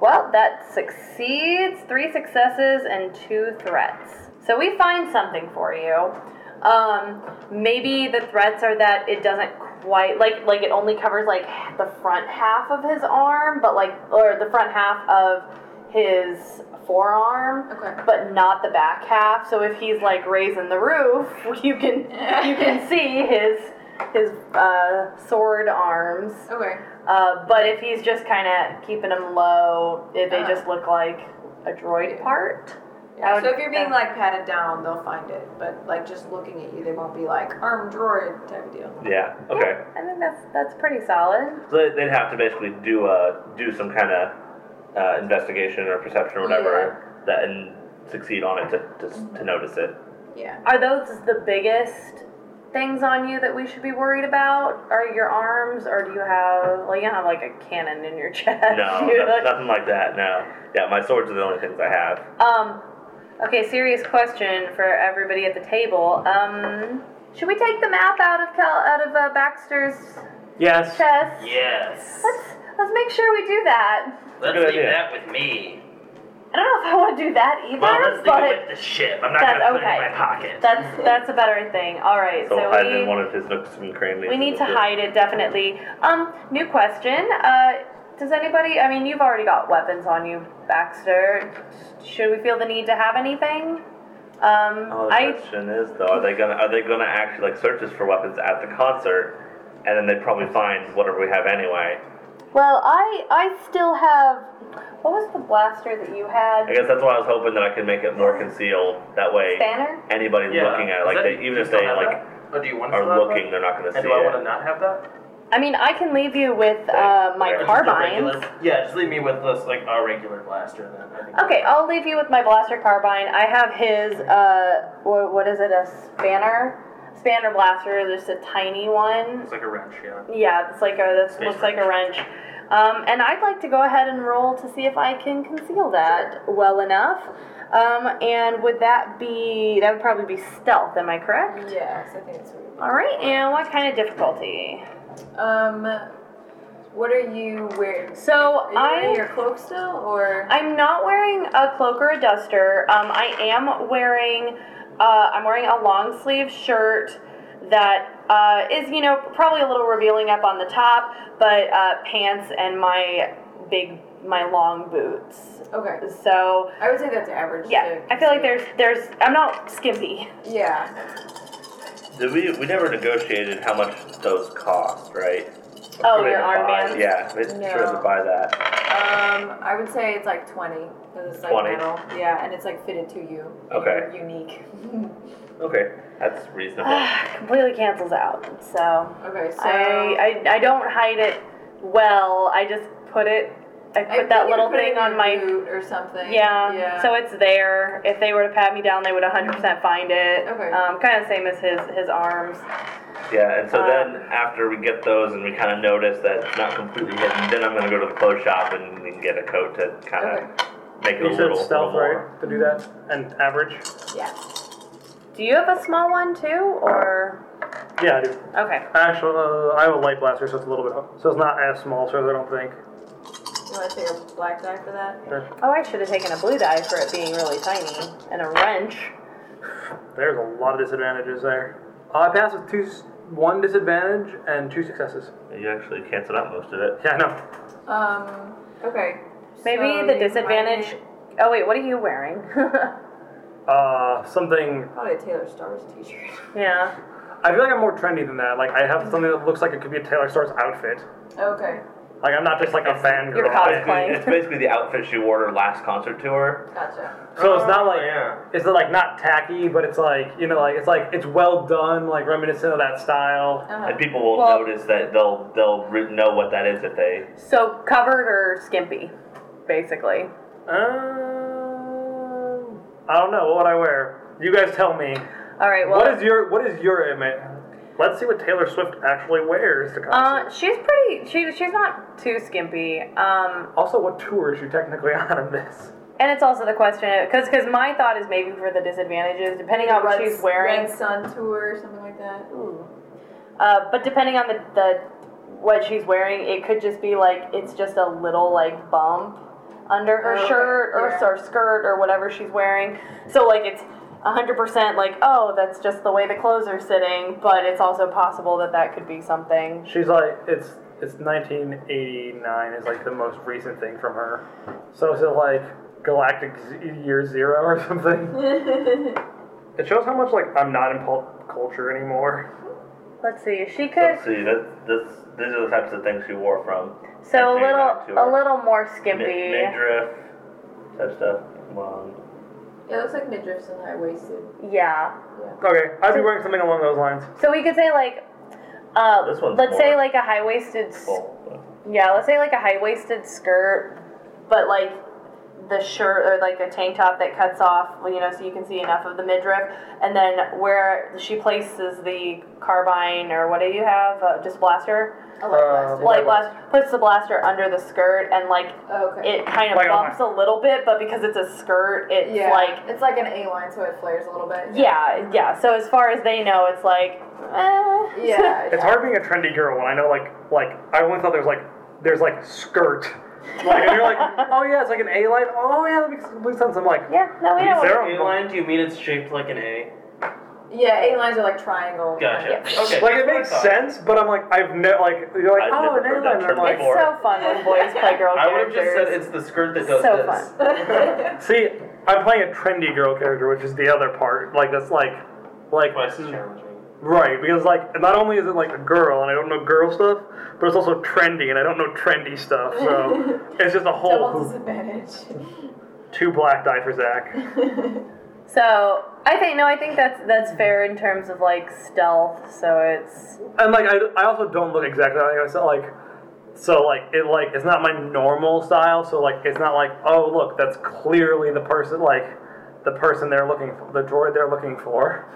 [SPEAKER 1] Well, that succeeds. Three successes and two threats. So we find something for you. Um, maybe the threats are that it doesn't quite like like it only covers like the front half of his arm, but like or the front half of his forearm
[SPEAKER 3] Okay.
[SPEAKER 1] but not the back half. So if he's like raising the roof, [laughs] you can you
[SPEAKER 3] [laughs]
[SPEAKER 1] can see his his uh, sword arms.
[SPEAKER 3] Okay.
[SPEAKER 1] Uh, but if he's just kind of keeping them low, if they just look like a droid part. I
[SPEAKER 3] Yeah,
[SPEAKER 1] would-
[SPEAKER 3] so if you're being like patted down, they'll find it. But like just looking at you, they won't be like armed droid type of deal.
[SPEAKER 5] Yeah. Okay.
[SPEAKER 1] I think that's that's pretty solid.
[SPEAKER 5] So they- they'd have to basically do a do some kind of uh, investigation or perception or whatever that and succeed on it to, to, to
[SPEAKER 1] [laughs]
[SPEAKER 5] notice it.
[SPEAKER 3] Yeah.
[SPEAKER 1] Are those the biggest things on you that we should be worried about? Are your arms, or do you have like you don't have like a cannon in your [laughs] chest?
[SPEAKER 5] No,
[SPEAKER 1] You're
[SPEAKER 5] no-
[SPEAKER 1] like-
[SPEAKER 5] nothing like that. No. Yeah, my swords are the only things I have.
[SPEAKER 1] Um, okay, serious question for everybody at the table. Um, should we take the map out of Cal- out of uh, Baxter's
[SPEAKER 2] Yes.
[SPEAKER 1] chest?
[SPEAKER 8] Yes.
[SPEAKER 1] Let's let's make sure we do that.
[SPEAKER 8] Let's
[SPEAKER 5] Good
[SPEAKER 8] leave
[SPEAKER 5] idea.
[SPEAKER 8] that with me.
[SPEAKER 1] I don't know if I want to do that either,
[SPEAKER 8] Well, let's leave it
[SPEAKER 1] but
[SPEAKER 8] with the ship. I'm not
[SPEAKER 1] That's
[SPEAKER 8] gonna put
[SPEAKER 1] okay.
[SPEAKER 8] it in my pocket.
[SPEAKER 1] that's that's a better thing. All right,
[SPEAKER 5] So,
[SPEAKER 1] so,
[SPEAKER 5] I'll hide it in
[SPEAKER 1] we
[SPEAKER 5] one of his nooks and crannies.
[SPEAKER 1] we
[SPEAKER 5] of
[SPEAKER 1] need
[SPEAKER 5] the
[SPEAKER 1] to
[SPEAKER 5] ship.
[SPEAKER 1] hide it definitely. Um, new question. Uh, does anybody? I mean, you've already got weapons on you, Baxter. Should we feel the need to have anything? Um,
[SPEAKER 5] Oh, the
[SPEAKER 1] I
[SPEAKER 5] question is though, are they gonna are they gonna actually like search us for weapons at the concert, and then they'd probably find whatever we have anyway.
[SPEAKER 1] Well, I I still have. What was the blaster that you
[SPEAKER 5] I
[SPEAKER 1] had?
[SPEAKER 5] guess that's why I was hoping that I could make it more concealed. That way,
[SPEAKER 1] Spanner.
[SPEAKER 5] anybody
[SPEAKER 4] Yeah.
[SPEAKER 5] looking at it,
[SPEAKER 4] Is
[SPEAKER 5] like
[SPEAKER 4] that-
[SPEAKER 5] they, even
[SPEAKER 4] do you
[SPEAKER 5] if
[SPEAKER 4] still
[SPEAKER 5] they
[SPEAKER 4] have
[SPEAKER 5] like
[SPEAKER 4] that? Or do you want to
[SPEAKER 5] are
[SPEAKER 4] still have
[SPEAKER 5] looking,
[SPEAKER 4] that?
[SPEAKER 5] they're not gonna see
[SPEAKER 4] And do I want to
[SPEAKER 5] it.
[SPEAKER 4] not have that?
[SPEAKER 1] I mean, I can leave you with uh, my
[SPEAKER 5] Or just
[SPEAKER 1] carbines.
[SPEAKER 4] Yeah, just leave me with this like our regular blaster then. I think.
[SPEAKER 1] Okay, I'll leave you with my blaster carbine. I have his uh, what, what is it? A spanner, spanner blaster. Just a tiny one.
[SPEAKER 4] It's like a wrench, yeah.
[SPEAKER 1] Yeah, it's like a that
[SPEAKER 4] Space
[SPEAKER 1] looks like a wrench. Um, and I'd like to go ahead and roll to see if I can conceal that well enough. Um, and would that be that would probably be stealth? Am I correct?
[SPEAKER 3] Yes, I think it's weird.
[SPEAKER 1] All right, and what kind of difficulty?
[SPEAKER 3] Um, what are you wearing?
[SPEAKER 1] So
[SPEAKER 3] Are you wearing
[SPEAKER 1] I
[SPEAKER 3] your cloak still, or
[SPEAKER 1] I'm not wearing a cloak or a duster. Um, I am wearing uh, I'm wearing a long sleeve shirt that uh, is you know probably a little revealing up on the top, but uh, pants and my big my long boots.
[SPEAKER 3] okay?
[SPEAKER 1] So
[SPEAKER 3] I would say that's average.
[SPEAKER 1] yeah,
[SPEAKER 3] to
[SPEAKER 1] I feel like
[SPEAKER 3] conceal.
[SPEAKER 1] there's there's I'm not skimpy.
[SPEAKER 3] Yeah.
[SPEAKER 5] Did we we never negotiated how much those cost, right?
[SPEAKER 1] Oh,
[SPEAKER 5] Sure we
[SPEAKER 1] your
[SPEAKER 5] had to buy-
[SPEAKER 1] armbands?
[SPEAKER 5] Yeah, we sure had
[SPEAKER 3] No.
[SPEAKER 5] to buy that.
[SPEAKER 3] Um, I would say it's like 20. 'cause It's like
[SPEAKER 5] 20.
[SPEAKER 3] metal. Yeah, and it's like fitted to you.
[SPEAKER 5] Okay.
[SPEAKER 3] Unique. [laughs]
[SPEAKER 5] Okay, that's
[SPEAKER 1] [sighs]
[SPEAKER 5] reasonable. [laughs]
[SPEAKER 1] completely cancels out. So
[SPEAKER 3] Okay, so
[SPEAKER 1] I, I I don't hide it well. I just put it. I
[SPEAKER 3] I
[SPEAKER 1] put that
[SPEAKER 3] think you
[SPEAKER 1] little
[SPEAKER 3] put it
[SPEAKER 1] thing
[SPEAKER 3] in your
[SPEAKER 1] on my.
[SPEAKER 3] boot or something.
[SPEAKER 1] Yeah,
[SPEAKER 3] Yeah.
[SPEAKER 1] so it's there. If they were to pat me down, they would 100% find it.
[SPEAKER 3] Okay.
[SPEAKER 1] Um, kind of same as his his arms.
[SPEAKER 5] Yeah, and so
[SPEAKER 1] Uh,
[SPEAKER 5] then after we get those and we kind of notice that it's not completely hidden, then I'm going to go to the clothes shop and, and get a coat to kind of
[SPEAKER 3] Okay.
[SPEAKER 5] make it a
[SPEAKER 2] You said
[SPEAKER 5] little, little
[SPEAKER 2] stealth,
[SPEAKER 5] more.
[SPEAKER 2] right? To do that? And average?
[SPEAKER 1] Do you have a small one too, or
[SPEAKER 2] Yeah, I do.
[SPEAKER 1] okay?
[SPEAKER 2] Actually, uh, I have a light blaster, so it's a little bit. So it's not as small, so I don't think.
[SPEAKER 3] You want to take a black die for that?
[SPEAKER 1] Oh, I should have taken a blue die for it being really tiny and a wrench.
[SPEAKER 2] There's a lot of disadvantages there. Uh, I passed with two, s- one disadvantage and two successes. [laughs]
[SPEAKER 5] You actually canceled out most of it.
[SPEAKER 2] Yeah, I know.
[SPEAKER 3] Um, okay.
[SPEAKER 1] Maybe
[SPEAKER 3] So
[SPEAKER 1] the
[SPEAKER 3] you
[SPEAKER 1] disadvantage.
[SPEAKER 3] might-
[SPEAKER 1] Oh wait, what are you wearing? [laughs]
[SPEAKER 2] Uh, something.
[SPEAKER 3] Probably a Taylor Stars t-shirt. [laughs]
[SPEAKER 1] yeah.
[SPEAKER 2] I feel like I'm more trendy than that. Like I have something that looks like it could be a Taylor Swift's outfit.
[SPEAKER 3] Okay.
[SPEAKER 2] Like I'm not just like a fangirl.
[SPEAKER 1] You're cosplay.
[SPEAKER 5] Basically, It's basically the outfit she wore her last concert tour.
[SPEAKER 3] Gotcha.
[SPEAKER 2] So it's
[SPEAKER 8] Oh,
[SPEAKER 2] not like
[SPEAKER 4] yeah.
[SPEAKER 2] it's not like not tacky, but it's like you know like it's like it's well done, like reminiscent of that style.
[SPEAKER 5] And
[SPEAKER 3] Uh-huh.
[SPEAKER 5] people will
[SPEAKER 1] Well-
[SPEAKER 5] notice that they'll they'll re- know what that is if they.
[SPEAKER 1] So covered or skimpy, basically.
[SPEAKER 2] Um, I don't know. What would I wear? You guys tell me.
[SPEAKER 1] All right. Well,
[SPEAKER 2] what is your what is your image? Let's see what Taylor Swift actually wears to concert.
[SPEAKER 1] uh, she's pretty. She, she's not too skimpy. Um,
[SPEAKER 2] also, what tour is she technically [laughs] on in this?
[SPEAKER 1] and it's also the question because because my thought is maybe for the disadvantages, depending on what
[SPEAKER 3] Red-
[SPEAKER 1] she's wearing.
[SPEAKER 3] Red Sun tour or something like that.
[SPEAKER 1] Uh, but depending on the, the what she's wearing, it could just be like it's just a little like bump under her
[SPEAKER 3] Okay,
[SPEAKER 1] shirt or,
[SPEAKER 3] yeah.
[SPEAKER 1] or skirt or whatever she's wearing. So like it's hundred percent like oh that's just the way the clothes are sitting, but it's also possible that that could be something.
[SPEAKER 2] She's like it's it's 1989 is like the most recent thing from her. So is it like Galactic Z- Year Zero or something? It shows how much like I'm not in pulp culture anymore.
[SPEAKER 1] Let's see. She could
[SPEAKER 5] Let's see. That this these are the types of things she wore from.
[SPEAKER 1] so a
[SPEAKER 5] Actually, not
[SPEAKER 1] little
[SPEAKER 5] sure.
[SPEAKER 1] a little more
[SPEAKER 5] Mid-
[SPEAKER 1] skimpy.
[SPEAKER 5] midriff type stuff. Long.
[SPEAKER 3] It looks like midriffs and high waisted.
[SPEAKER 1] Yeah.
[SPEAKER 2] Okay, I'd be wearing something along those lines.
[SPEAKER 1] So we could say like. Uh,
[SPEAKER 5] This one's
[SPEAKER 1] let's say
[SPEAKER 5] more
[SPEAKER 1] like a high waisted
[SPEAKER 5] full.
[SPEAKER 1] Yeah, let's say like a high waisted skirt, but like the shirt or like a tank top that cuts off, well, you know, so you can see enough of the midriff. And then where she places the carbine or what do you have? Uh, just blaster?
[SPEAKER 3] A light
[SPEAKER 2] Uh, Light
[SPEAKER 3] blaster.
[SPEAKER 1] Light blaster. Puts the blaster under the skirt and like
[SPEAKER 3] Okay.
[SPEAKER 1] it kind of
[SPEAKER 2] Like, oh my-
[SPEAKER 1] bumps a little bit, but because it's a skirt, it's
[SPEAKER 3] yeah.
[SPEAKER 1] like.
[SPEAKER 3] it's like an A line, so it flares a little bit.
[SPEAKER 1] Yeah, yeah. So as far as they know, it's like, eh. [laughs]
[SPEAKER 3] Yeah.
[SPEAKER 2] It's hard being a trendy girl when I know like like I only thought there's like there's like skirt. Like and you're like, oh yeah, it's like an A line. Oh yeah, that makes complete sense. I'm like,
[SPEAKER 1] Oh, yeah. No, we
[SPEAKER 2] Is
[SPEAKER 1] don't.
[SPEAKER 2] there
[SPEAKER 4] A line? Do you mean it's shaped like an A?
[SPEAKER 3] Yeah, A lines are like triangle.
[SPEAKER 4] Gotcha.
[SPEAKER 1] Yeah.
[SPEAKER 4] Okay.
[SPEAKER 2] like it makes sense, but I'm like, I've never like you're like,
[SPEAKER 5] I've
[SPEAKER 2] oh,
[SPEAKER 5] never
[SPEAKER 2] an A
[SPEAKER 5] heard that
[SPEAKER 2] line. and I'm
[SPEAKER 5] term
[SPEAKER 2] like,
[SPEAKER 1] It's so fun when boys
[SPEAKER 3] [laughs]
[SPEAKER 1] play girl
[SPEAKER 4] I would have
[SPEAKER 1] characters.
[SPEAKER 4] just said it's the skirt that does
[SPEAKER 1] so
[SPEAKER 4] this.
[SPEAKER 1] fun.
[SPEAKER 2] See, I'm playing a trendy girl character, which is the other part. Like that's like, like
[SPEAKER 4] Why is this challenging?
[SPEAKER 2] right because like not only is it like a girl and I don't know girl stuff, but it's also trendy and I don't know trendy stuff. So it's just a whole
[SPEAKER 3] Double
[SPEAKER 2] hoop.
[SPEAKER 3] disadvantage.
[SPEAKER 2] two black die for Zach.
[SPEAKER 1] So I think no, I think that's that's fair in terms of like stealth. So it's
[SPEAKER 2] And like I, I also don't look exactly like myself. Like so like it like it's not my normal style. So like it's not like oh look that's clearly the person like the person they're looking for the droid they're looking for.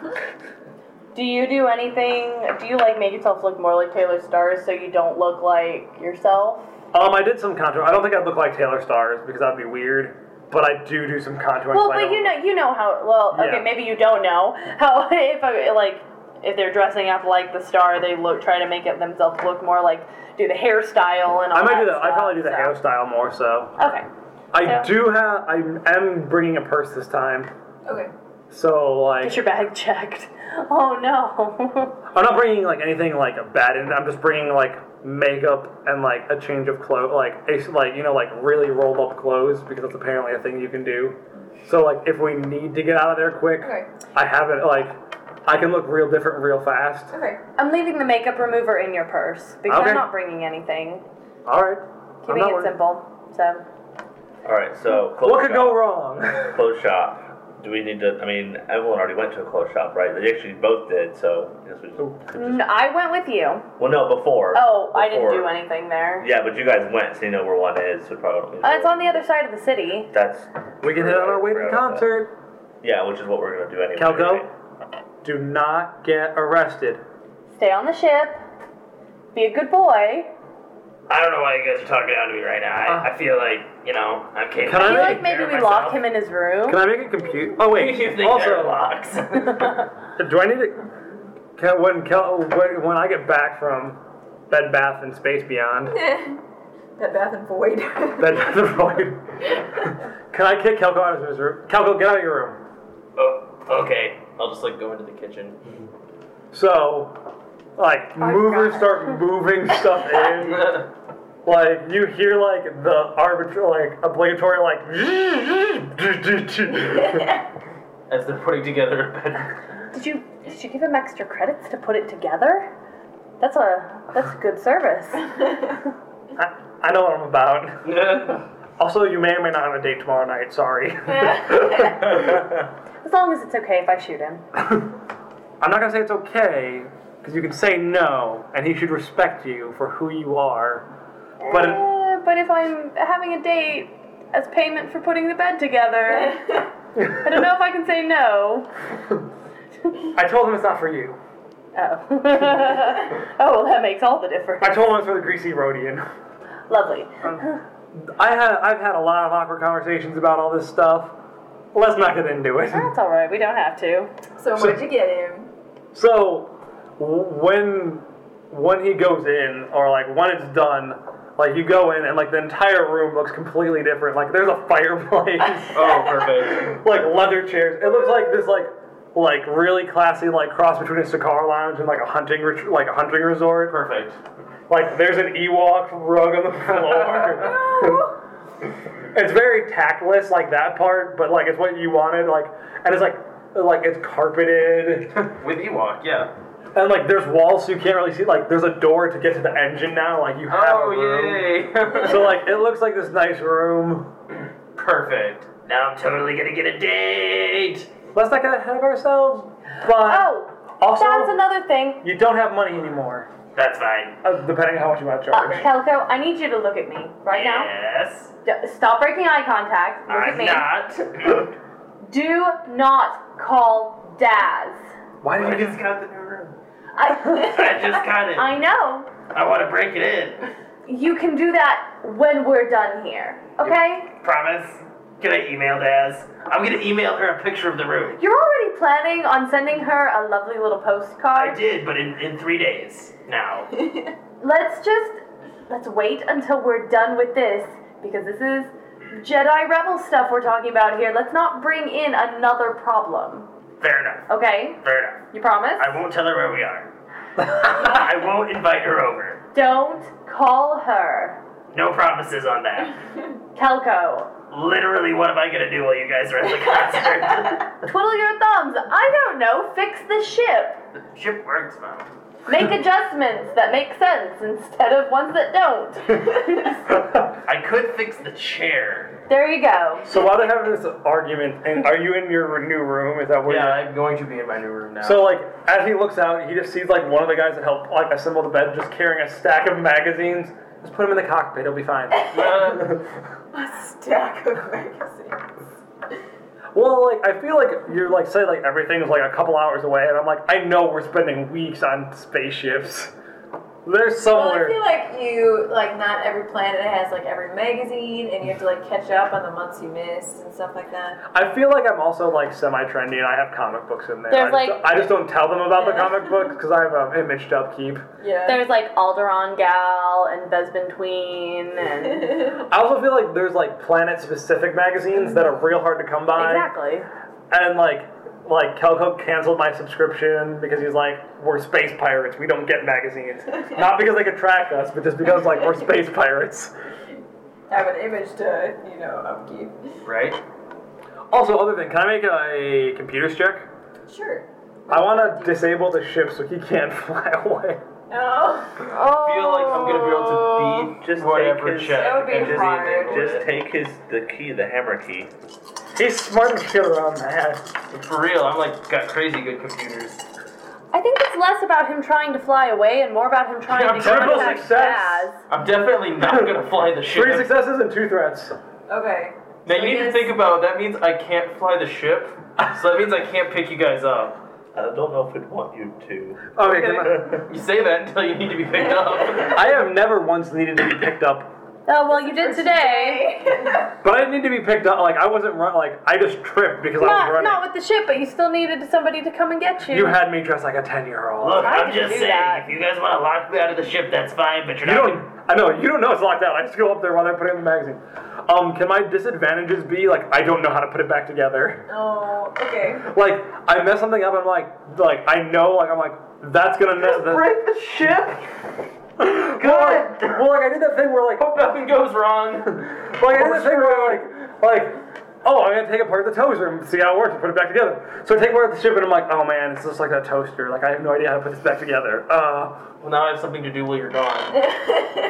[SPEAKER 1] do you do anything? Do you like make yourself look more like Taylor Stars so you don't look like yourself?
[SPEAKER 2] Um, I did some contouring. I don't think I'd look like Taylor Stars because that'd be weird. But I do do some contouring.
[SPEAKER 1] Well,
[SPEAKER 2] so I
[SPEAKER 1] but
[SPEAKER 2] don't-
[SPEAKER 1] you know you know how well okay
[SPEAKER 2] Yeah.
[SPEAKER 1] maybe you don't know how [laughs] if I, like if they're dressing up like the star they look try to make it themselves look more like do the hairstyle and all
[SPEAKER 2] I might do that.
[SPEAKER 1] that.
[SPEAKER 2] I probably do the
[SPEAKER 1] stuff,
[SPEAKER 2] hairstyle more. So
[SPEAKER 1] so. Okay.
[SPEAKER 2] I
[SPEAKER 1] Yeah.
[SPEAKER 2] do have. I am bringing a purse this time.
[SPEAKER 3] Okay.
[SPEAKER 2] So like
[SPEAKER 1] Get your bag checked. [laughs] Oh no. [laughs]
[SPEAKER 2] I'm not bringing like anything like bad in. I'm just bringing like makeup and like a change of clothes, like a, like you know like really rolled up clothes because that's apparently a thing you can do. So like if we need to get out of there quick,
[SPEAKER 3] Okay.
[SPEAKER 2] I have it like I can look real different real fast.
[SPEAKER 3] Okay.
[SPEAKER 1] I'm leaving the makeup remover in your purse because
[SPEAKER 2] Okay.
[SPEAKER 1] I'm not bringing anything.
[SPEAKER 2] All right, I'm
[SPEAKER 1] Keeping
[SPEAKER 2] not
[SPEAKER 1] it
[SPEAKER 2] worried.
[SPEAKER 1] simple. So
[SPEAKER 5] All right, so close
[SPEAKER 2] What could
[SPEAKER 5] shop.
[SPEAKER 2] go wrong?
[SPEAKER 5] Close shop. Do we need to? I mean, Evelyn already went to a close shop, right? They actually both did, so I guess we just, could
[SPEAKER 1] N-
[SPEAKER 5] just.
[SPEAKER 1] I went with you.
[SPEAKER 5] Well, no, before.
[SPEAKER 1] Oh, I didn't do
[SPEAKER 5] Before.
[SPEAKER 1] anything there.
[SPEAKER 5] Yeah, but you guys went, so you know where one is. So probably. don't need to-
[SPEAKER 1] Uh, it's on the other side of the city.
[SPEAKER 5] That's.
[SPEAKER 2] we can hit on our way to the
[SPEAKER 5] Forgot about that.
[SPEAKER 2] concert.
[SPEAKER 5] Yeah, which is what we're gonna do anyway.
[SPEAKER 2] Calco?
[SPEAKER 5] right?
[SPEAKER 2] Do not get arrested.
[SPEAKER 1] Stay on the ship. Be a good boy.
[SPEAKER 8] I don't know why you guys are talking down to me right now. I,
[SPEAKER 2] Uh.
[SPEAKER 8] I feel like, you know, I'm capable.
[SPEAKER 2] Can
[SPEAKER 1] I feel
[SPEAKER 2] I
[SPEAKER 1] like
[SPEAKER 2] make-
[SPEAKER 1] maybe we lock him in his room.
[SPEAKER 2] Can I make a compute? Oh wait.
[SPEAKER 8] [laughs] You think they're
[SPEAKER 2] also,
[SPEAKER 1] [laughs]
[SPEAKER 8] locks?
[SPEAKER 2] do I need to? Can, when, Cal- when when I get back from Bed Bath and Space
[SPEAKER 3] [laughs]
[SPEAKER 2] Beyond,
[SPEAKER 3] That bath and void.
[SPEAKER 2] [laughs] Bed Bath and
[SPEAKER 3] [laughs]
[SPEAKER 2] Void, can I kick Calco out of his room? Calco, get out of your room.
[SPEAKER 8] oh, okay. I'll just like go into the kitchen.
[SPEAKER 2] So, like, movers start moving
[SPEAKER 3] [laughs]
[SPEAKER 2] stuff in. like, you hear, like, the arbitrary, like, [laughs] obligatory, like,
[SPEAKER 4] [laughs] As they're putting together a bed.
[SPEAKER 1] Did you did you give him extra credits to put it together? That's a that's good service.
[SPEAKER 2] I, I know what I'm about. Also, you may or may not have a date tomorrow night, sorry.
[SPEAKER 1] As long as it's okay if I shoot him.
[SPEAKER 2] I'm not gonna say it's okay, because you can say no, and he should respect you for who you are. But,
[SPEAKER 1] Eh, but if I'm having a date as payment for putting the bed together, I don't know if I can say no.
[SPEAKER 2] I told him it's not for you.
[SPEAKER 1] Oh. [laughs] oh well, that makes all the difference.
[SPEAKER 2] I told him it's for the greasy Rhodian.
[SPEAKER 1] Lovely.
[SPEAKER 2] I had I've had a lot of awkward conversations about all this stuff. Let's not get into it.
[SPEAKER 1] That's all right. We don't have to.
[SPEAKER 3] so where'd you get him?
[SPEAKER 2] So w- when when he goes in, or like when it's done, like you go in and like the entire room looks completely different. Like there's a [laughs] fireplace,
[SPEAKER 4] [laughs] [laughs] Oh, perfect.
[SPEAKER 2] like leather chairs. It looks like this like like really classy like cross between a cigar lounge and like a hunting ret- like a hunting resort.
[SPEAKER 4] Perfect.
[SPEAKER 2] Like there's an Ewok rug on the floor. [laughs] it's very tactless, like that part, but like it's what you wanted, like and it's like like it's carpeted
[SPEAKER 4] With Ewok, yeah.
[SPEAKER 2] and like there's walls so you can't really see like there's a door to get to the engine now, like you
[SPEAKER 4] Oh,
[SPEAKER 8] Oh,
[SPEAKER 2] have a room.
[SPEAKER 8] [laughs]
[SPEAKER 4] yay!
[SPEAKER 2] So like it looks like this nice room.
[SPEAKER 4] perfect.
[SPEAKER 8] Now I'm totally gonna get a date.
[SPEAKER 2] Let's not get ahead of ourselves. But
[SPEAKER 1] Oh,
[SPEAKER 2] also
[SPEAKER 1] that's another thing.
[SPEAKER 2] you don't have money anymore.
[SPEAKER 8] That's fine.
[SPEAKER 2] Uh, depending on how much you want to
[SPEAKER 1] Uh,
[SPEAKER 2] charge.
[SPEAKER 1] Calico, I need you to look at me right now.
[SPEAKER 8] Yes.
[SPEAKER 1] D- Stop breaking eye contact. Look at
[SPEAKER 8] I'm
[SPEAKER 1] me.
[SPEAKER 8] not.
[SPEAKER 1] Do not call Daz.
[SPEAKER 2] Why
[SPEAKER 8] I
[SPEAKER 2] did you
[SPEAKER 8] just got the new room.
[SPEAKER 1] [laughs] I,
[SPEAKER 8] I just got it. I,
[SPEAKER 1] I know.
[SPEAKER 8] want to break it in.
[SPEAKER 1] You can do that when we're done here. Okay?
[SPEAKER 8] Promise. Can I email Daz? I'm gonna email her a picture of the room.
[SPEAKER 1] You're already planning on sending her a lovely little
[SPEAKER 8] I
[SPEAKER 1] postcard.
[SPEAKER 8] did, but in, in three days
[SPEAKER 3] [laughs]
[SPEAKER 8] now.
[SPEAKER 1] Let's just let's wait until we're done with this because this is Jedi Rebel stuff we're talking about here. Let's not bring in another problem.
[SPEAKER 8] Fair enough.
[SPEAKER 1] Okay?
[SPEAKER 8] Fair enough.
[SPEAKER 1] You promise?
[SPEAKER 8] I won't tell her where we are. [laughs] I won't invite her over.
[SPEAKER 1] Don't call her.
[SPEAKER 8] No promises on that.
[SPEAKER 1] Kelko,
[SPEAKER 8] Literally, what am I gonna do while you guys are at the concert?
[SPEAKER 1] twiddle your thumbs. I don't know. Fix the ship.
[SPEAKER 8] Ship works, mom.
[SPEAKER 1] [laughs] Make adjustments that make sense instead of ones that don't.
[SPEAKER 8] I could fix the chair.
[SPEAKER 1] there you go.
[SPEAKER 2] [laughs] So while they're having this argument, and are you in your new room? Is that where?
[SPEAKER 4] Yeah,
[SPEAKER 2] you're-
[SPEAKER 4] I'm going to be in my new room now.
[SPEAKER 2] So like as he looks out, he just sees like one of the guys that helped like assemble the bed just carrying a stack of magazines. Just put him in the cockpit, he'll be fine.
[SPEAKER 4] uh,
[SPEAKER 3] A [laughs] stack of magazines.
[SPEAKER 2] well, like I feel like you're like say like everything's like a couple hours away, and I'm like I know we're spending weeks on spaceships. There's
[SPEAKER 3] Well, I feel
[SPEAKER 2] somewhere.
[SPEAKER 3] like you like not every planet has like every magazine, and you have to like catch up on the months you missed and stuff like that.
[SPEAKER 2] I feel like I'm also like semi-trendy, and I have comic books in there.
[SPEAKER 1] There's,
[SPEAKER 2] I, just,
[SPEAKER 1] like-
[SPEAKER 2] I just don't tell them about the
[SPEAKER 3] Yeah.
[SPEAKER 2] comic books because I have um, imaged upkeep.
[SPEAKER 3] Yeah.
[SPEAKER 1] There's like Alderon Gal and Besbin Tween [laughs] and
[SPEAKER 2] I also feel like there's like planet-specific magazines that are real hard to come by.
[SPEAKER 1] Exactly.
[SPEAKER 2] and like like Kelco canceled my subscription because he's like, we're space pirates, we don't get
[SPEAKER 3] [laughs]
[SPEAKER 2] magazines. Not because they could track us, but just because like we're space pirates.
[SPEAKER 3] have an image to you know upkeep.
[SPEAKER 4] [laughs] right?
[SPEAKER 2] Also, other thing, can I make a computers check?
[SPEAKER 3] Sure.
[SPEAKER 2] I want to disable the ship so he can't [laughs] fly away.
[SPEAKER 3] Oh.
[SPEAKER 1] Oh.
[SPEAKER 4] feel like I'm gonna be able to beat
[SPEAKER 5] Just
[SPEAKER 4] whatever
[SPEAKER 5] take his-
[SPEAKER 4] check.
[SPEAKER 3] That would be
[SPEAKER 4] and just
[SPEAKER 3] hard.
[SPEAKER 4] enable
[SPEAKER 5] Just
[SPEAKER 4] it.
[SPEAKER 5] take his the key, the hammer key.
[SPEAKER 8] He's smart as killer on that.
[SPEAKER 4] for real. I'm like got crazy good computers.
[SPEAKER 1] I think it's less about him trying to fly away and more about him trying
[SPEAKER 4] Yeah,
[SPEAKER 1] to
[SPEAKER 4] triple
[SPEAKER 1] contact
[SPEAKER 2] success.
[SPEAKER 1] Baz.
[SPEAKER 4] I'm definitely not [laughs] gonna fly the ship.
[SPEAKER 2] Three successes and two threats.
[SPEAKER 3] Okay.
[SPEAKER 4] Now you need to
[SPEAKER 1] Yes.
[SPEAKER 4] think about that means I can't fly the ship, so that means I can't pick you guys up.
[SPEAKER 5] I don't know if I'd want you to.
[SPEAKER 2] Okay, come on.
[SPEAKER 4] You say that until you need to be picked [laughs] up.
[SPEAKER 2] I have never once needed to be picked up,
[SPEAKER 1] Oh well, you did today.
[SPEAKER 2] but I didn't need to be picked up. Like I wasn't run. Like I just tripped because I was
[SPEAKER 1] Not,
[SPEAKER 2] running.
[SPEAKER 1] not with the ship, but you still needed somebody to come and get you.
[SPEAKER 2] you had me dressed like a ten-year-old.
[SPEAKER 8] Look,
[SPEAKER 1] I
[SPEAKER 8] I'm
[SPEAKER 1] can
[SPEAKER 8] just
[SPEAKER 1] do
[SPEAKER 8] saying,
[SPEAKER 1] that.
[SPEAKER 8] if you guys want to lock me out of the ship, that's fine, but you're
[SPEAKER 2] You
[SPEAKER 8] not.
[SPEAKER 2] don't. I know you don't know it's locked out. I just go up there while I put it in the magazine. Um, can my disadvantages be like I don't know how to put it back together?
[SPEAKER 3] Oh. Okay.
[SPEAKER 2] Like I mess something up. I'm like, like I know. Like I'm like that's gonna mess. the-
[SPEAKER 4] Break the ship.
[SPEAKER 2] [laughs] Well, like, well, like I did that thing where like,
[SPEAKER 4] Hope nothing goes wrong.
[SPEAKER 2] like I did that thing where like, like, oh, I'm gonna take apart the toaster and see how it works and put it back together. So I take apart the ship and I'm like, oh man, it's just like that toaster. Like I have no idea how to put this back together. Uh,
[SPEAKER 4] Well, now I have something to do while
[SPEAKER 1] [laughs]
[SPEAKER 4] you're gone.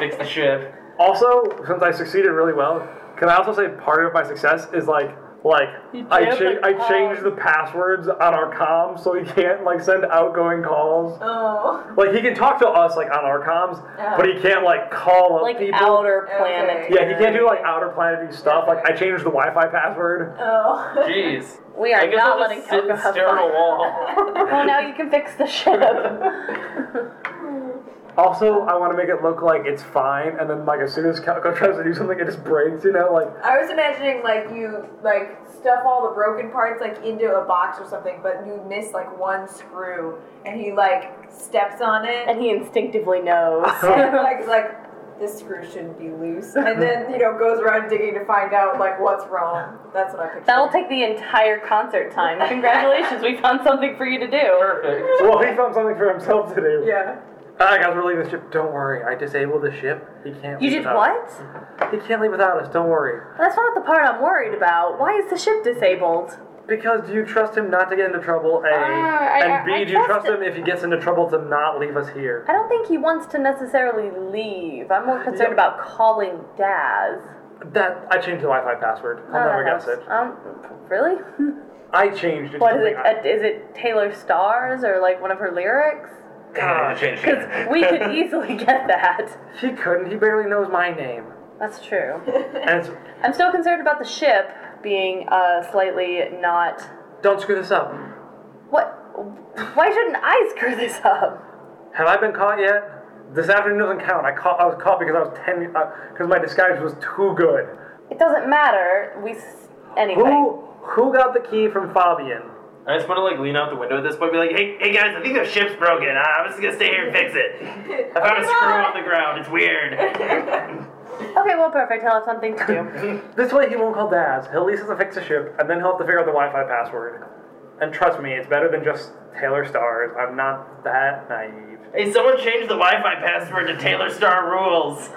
[SPEAKER 4] Fix the ship.
[SPEAKER 2] also, since I succeeded really well, can I also say part of my success is like. Like I,
[SPEAKER 1] jammed
[SPEAKER 2] cha-
[SPEAKER 1] the
[SPEAKER 2] I changed the passwords on our comms so he can't like send outgoing calls.
[SPEAKER 3] Oh.
[SPEAKER 2] Like he can talk to us like on our comms,
[SPEAKER 3] Yeah.
[SPEAKER 2] but he can't like call up
[SPEAKER 1] like
[SPEAKER 2] people.
[SPEAKER 1] outer
[SPEAKER 3] Okay.
[SPEAKER 1] planet.
[SPEAKER 2] Yeah, he can't do like outer planetary stuff. Like I changed the Wi-Fi password.
[SPEAKER 3] Oh.
[SPEAKER 4] Jeez.
[SPEAKER 1] We
[SPEAKER 4] I
[SPEAKER 1] are
[SPEAKER 4] guess
[SPEAKER 1] not
[SPEAKER 4] I'll
[SPEAKER 1] letting
[SPEAKER 4] just sit
[SPEAKER 1] Coco
[SPEAKER 4] and
[SPEAKER 1] have
[SPEAKER 4] stare at a
[SPEAKER 1] fun. [laughs]
[SPEAKER 4] wall.
[SPEAKER 1] Well, now you can fix the ship. [laughs]
[SPEAKER 2] Also, I want to make it look like it's fine, and then like as soon as Calco [laughs] tries to do something, it just breaks. You know, like
[SPEAKER 3] [laughs] I was imagining like you like stuff all the broken parts like into a box or something, but you miss like one screw, and he like steps on it,
[SPEAKER 1] and he instinctively knows.
[SPEAKER 5] [laughs]
[SPEAKER 4] [laughs]
[SPEAKER 3] and like like this screw shouldn't be loose, and then you know goes around digging to find out like what's wrong. That's what I picture.
[SPEAKER 1] That'll take the entire concert time. Congratulations, we found something for you to do.
[SPEAKER 4] Perfect.
[SPEAKER 2] well, he found something for himself to do.
[SPEAKER 3] yeah.
[SPEAKER 2] Ah, guys, we're leaving the ship. Don't worry, I disabled the ship. He can't.
[SPEAKER 1] You
[SPEAKER 2] leave
[SPEAKER 1] did
[SPEAKER 2] without
[SPEAKER 1] what?
[SPEAKER 2] Us. He can't leave without us. Don't worry.
[SPEAKER 1] That's not the part I'm worried about. Why is the ship disabled?
[SPEAKER 2] Because do you trust him not to get into trouble? A
[SPEAKER 1] Ah, I-
[SPEAKER 2] and B,
[SPEAKER 1] I- I
[SPEAKER 2] do you
[SPEAKER 1] trust
[SPEAKER 2] trust him if he gets into trouble to not leave us here?
[SPEAKER 1] I don't think he wants to necessarily leave. I'm more concerned
[SPEAKER 2] Yeah.
[SPEAKER 1] about calling Daz.
[SPEAKER 2] That I changed the Wi-Fi password. I'll
[SPEAKER 1] Oh,
[SPEAKER 2] never
[SPEAKER 1] that
[SPEAKER 2] guess
[SPEAKER 1] helps.
[SPEAKER 2] it.
[SPEAKER 1] Um, really? [laughs]
[SPEAKER 2] I changed it.
[SPEAKER 1] What
[SPEAKER 2] to
[SPEAKER 1] is it?
[SPEAKER 2] something
[SPEAKER 1] Uh, Is it Taylor Stars or like one of her lyrics?
[SPEAKER 5] God, [laughs] change
[SPEAKER 1] Because [laughs] we could easily get that.
[SPEAKER 2] I- he couldn't. He barely knows my name.
[SPEAKER 1] That's true.
[SPEAKER 2] And it's,
[SPEAKER 1] I'm still concerned about the ship being uh, slightly not.
[SPEAKER 2] don't screw this up.
[SPEAKER 1] What? Why shouldn't I screw this up?
[SPEAKER 2] Have I been caught yet? This afternoon doesn't count. I caught. I was caught because I was ten. Because my disguise was too good.
[SPEAKER 1] It doesn't matter. We s- anyway.
[SPEAKER 2] Who who got the key from Fabian?
[SPEAKER 4] I just want to like lean out the window at this point, and be like,
[SPEAKER 8] Hey, hey guys, I think the ship's broken. I- I'm just gonna stay here and fix it. I found a screw on the ground. It's weird.
[SPEAKER 1] Okay, well, perfect. He'll have something to do.
[SPEAKER 2] This way he won't call Daz. He'll at least have to fix the ship, and then he'll have to figure out the Wi-Fi password. And trust me, it's better than just Taylor Stars. I'm not that naive.
[SPEAKER 8] Hey, someone changed the Wi-Fi password to Taylor Star [laughs] rules.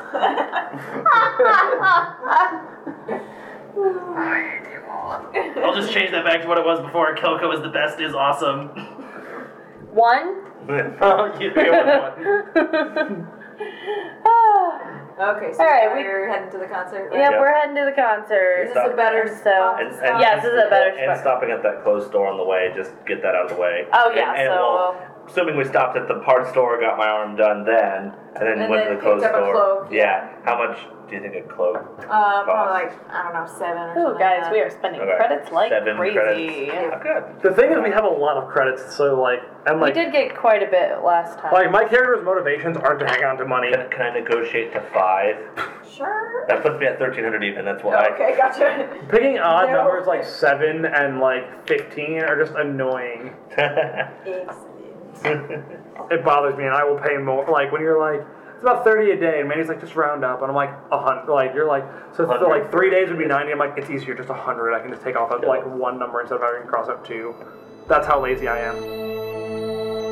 [SPEAKER 8] I'll just change that back to what it was before. Kilko was the best is awesome. [laughs]
[SPEAKER 1] One. [laughs]
[SPEAKER 4] oh, you think I want one.
[SPEAKER 1] Ah,
[SPEAKER 3] Okay. So
[SPEAKER 1] All right,
[SPEAKER 3] now
[SPEAKER 1] we-
[SPEAKER 3] you're heading to the concert.
[SPEAKER 1] yep, we're heading to the concert.
[SPEAKER 3] Is this a better
[SPEAKER 1] So-
[SPEAKER 3] spot?
[SPEAKER 5] And,
[SPEAKER 3] spot?
[SPEAKER 5] and
[SPEAKER 1] Yes, this is a better
[SPEAKER 5] And
[SPEAKER 1] spot.
[SPEAKER 5] stopping at that closed store on the way, just get that out of the way.
[SPEAKER 1] Oh, yeah,
[SPEAKER 5] And, and
[SPEAKER 1] so-
[SPEAKER 5] well, assuming we stopped at the part store, got my arm done then, and then
[SPEAKER 3] And
[SPEAKER 5] went
[SPEAKER 3] then
[SPEAKER 5] to the closed
[SPEAKER 3] picked up a
[SPEAKER 5] store.
[SPEAKER 3] cloak.
[SPEAKER 5] Yeah. How much do you think a cloak?
[SPEAKER 3] Uh, probably like I don't know seven or
[SPEAKER 1] Ooh,
[SPEAKER 3] something.
[SPEAKER 1] guys,
[SPEAKER 3] like
[SPEAKER 1] we
[SPEAKER 3] that.
[SPEAKER 1] are spending
[SPEAKER 5] Okay.
[SPEAKER 1] credits like
[SPEAKER 5] Seven
[SPEAKER 1] crazy.
[SPEAKER 5] credits. Oh, good.
[SPEAKER 2] The thing is, we have a lot of credits, so like, and
[SPEAKER 1] We
[SPEAKER 2] like,
[SPEAKER 1] did get quite a bit last time.
[SPEAKER 2] like my character's motivations aren't to hang on to money.
[SPEAKER 5] Can, can I negotiate to five?
[SPEAKER 3] Sure.
[SPEAKER 5] That puts me at thirteen hundred even. That's why.
[SPEAKER 3] Okay, gotcha.
[SPEAKER 2] Picking odd
[SPEAKER 3] No.
[SPEAKER 2] numbers like seven and like fifteen are just annoying.
[SPEAKER 3] Excellent.
[SPEAKER 2] It bothers me, and I will pay more. Like when you're like, it's about thirty a day, and Manny's like, just round up, and I'm like, a hundred. Like you're like, so, so,
[SPEAKER 5] 100.
[SPEAKER 2] like three days would be ninety. I'm like, it's easier, just a hundred. I can just take off of, like one number instead of having to cross up two. That's how lazy I am.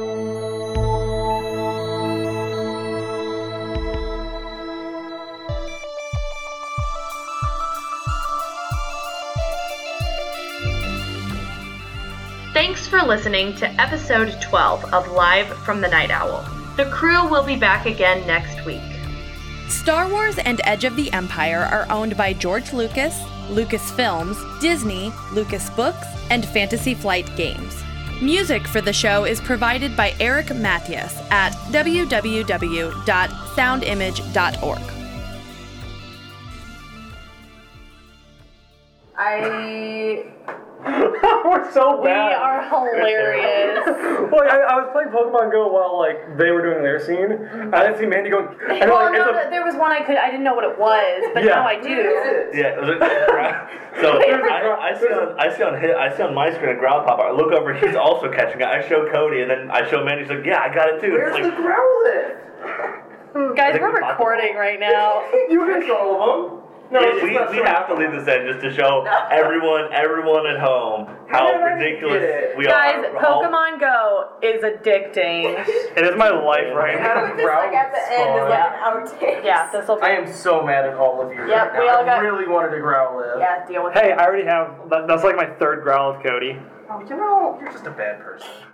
[SPEAKER 9] Thanks for listening to episode 12 of Live from the Night Owl.
[SPEAKER 10] The crew will be back again next week.
[SPEAKER 1] Star Wars and Edge of the Empire are owned by George Lucas, Lucasfilms, Disney, Lucas Books, and Fantasy Flight Games. Music for the show is provided by Eric Matthias at www.soundimage.org.
[SPEAKER 3] I
[SPEAKER 2] [laughs] We're so
[SPEAKER 8] We
[SPEAKER 2] bad.
[SPEAKER 8] are hilarious.
[SPEAKER 2] [laughs] Like I, I was playing Pokemon Go while like they were doing their scene, and I see Mandy going. And
[SPEAKER 8] Mm-hmm. well,
[SPEAKER 2] like,
[SPEAKER 8] no,
[SPEAKER 2] it's
[SPEAKER 8] th- there was one I could. I didn't know what it was, but
[SPEAKER 2] Yeah.
[SPEAKER 8] now I do.
[SPEAKER 5] [laughs] Yeah. so I, I see on I see on his, I see on my screen a growl pop. I look over, he's also catching it. I show Cody, and then I show Mandy. He's like, "Yeah, I got it too."
[SPEAKER 4] Where's
[SPEAKER 5] It's
[SPEAKER 4] the
[SPEAKER 5] like,
[SPEAKER 4] growlithe?
[SPEAKER 8] Guys,
[SPEAKER 5] think
[SPEAKER 8] we're
[SPEAKER 5] we talked about
[SPEAKER 8] recording right now.
[SPEAKER 4] You heard all of them. No,
[SPEAKER 5] Yeah,
[SPEAKER 4] it's
[SPEAKER 5] we,
[SPEAKER 4] not
[SPEAKER 5] we
[SPEAKER 4] showing
[SPEAKER 5] have to
[SPEAKER 4] up.
[SPEAKER 5] leave this in just to show everyone everyone at home how
[SPEAKER 4] Yeah, I didn't get
[SPEAKER 5] ridiculous
[SPEAKER 4] it.
[SPEAKER 5] we
[SPEAKER 8] Guys,
[SPEAKER 5] are.
[SPEAKER 8] Pokemon Go is addicting.
[SPEAKER 2] it is my life
[SPEAKER 4] I
[SPEAKER 2] right
[SPEAKER 4] had
[SPEAKER 2] now.
[SPEAKER 4] a
[SPEAKER 3] put this like at the end
[SPEAKER 4] growlithe
[SPEAKER 3] is like
[SPEAKER 4] spawn.
[SPEAKER 3] an outtake.
[SPEAKER 8] Yeah, this will be.
[SPEAKER 4] I am so mad at all of you.
[SPEAKER 8] Yeah,
[SPEAKER 4] right
[SPEAKER 8] we
[SPEAKER 4] now.
[SPEAKER 8] all got-
[SPEAKER 4] I really wanted a growlithe.
[SPEAKER 8] yeah, deal
[SPEAKER 2] [laughs]
[SPEAKER 8] with
[SPEAKER 2] Hey,
[SPEAKER 8] it.
[SPEAKER 2] I already have. That, that's like my third growl of Cody.
[SPEAKER 4] Oh, you know, you're just a bad person.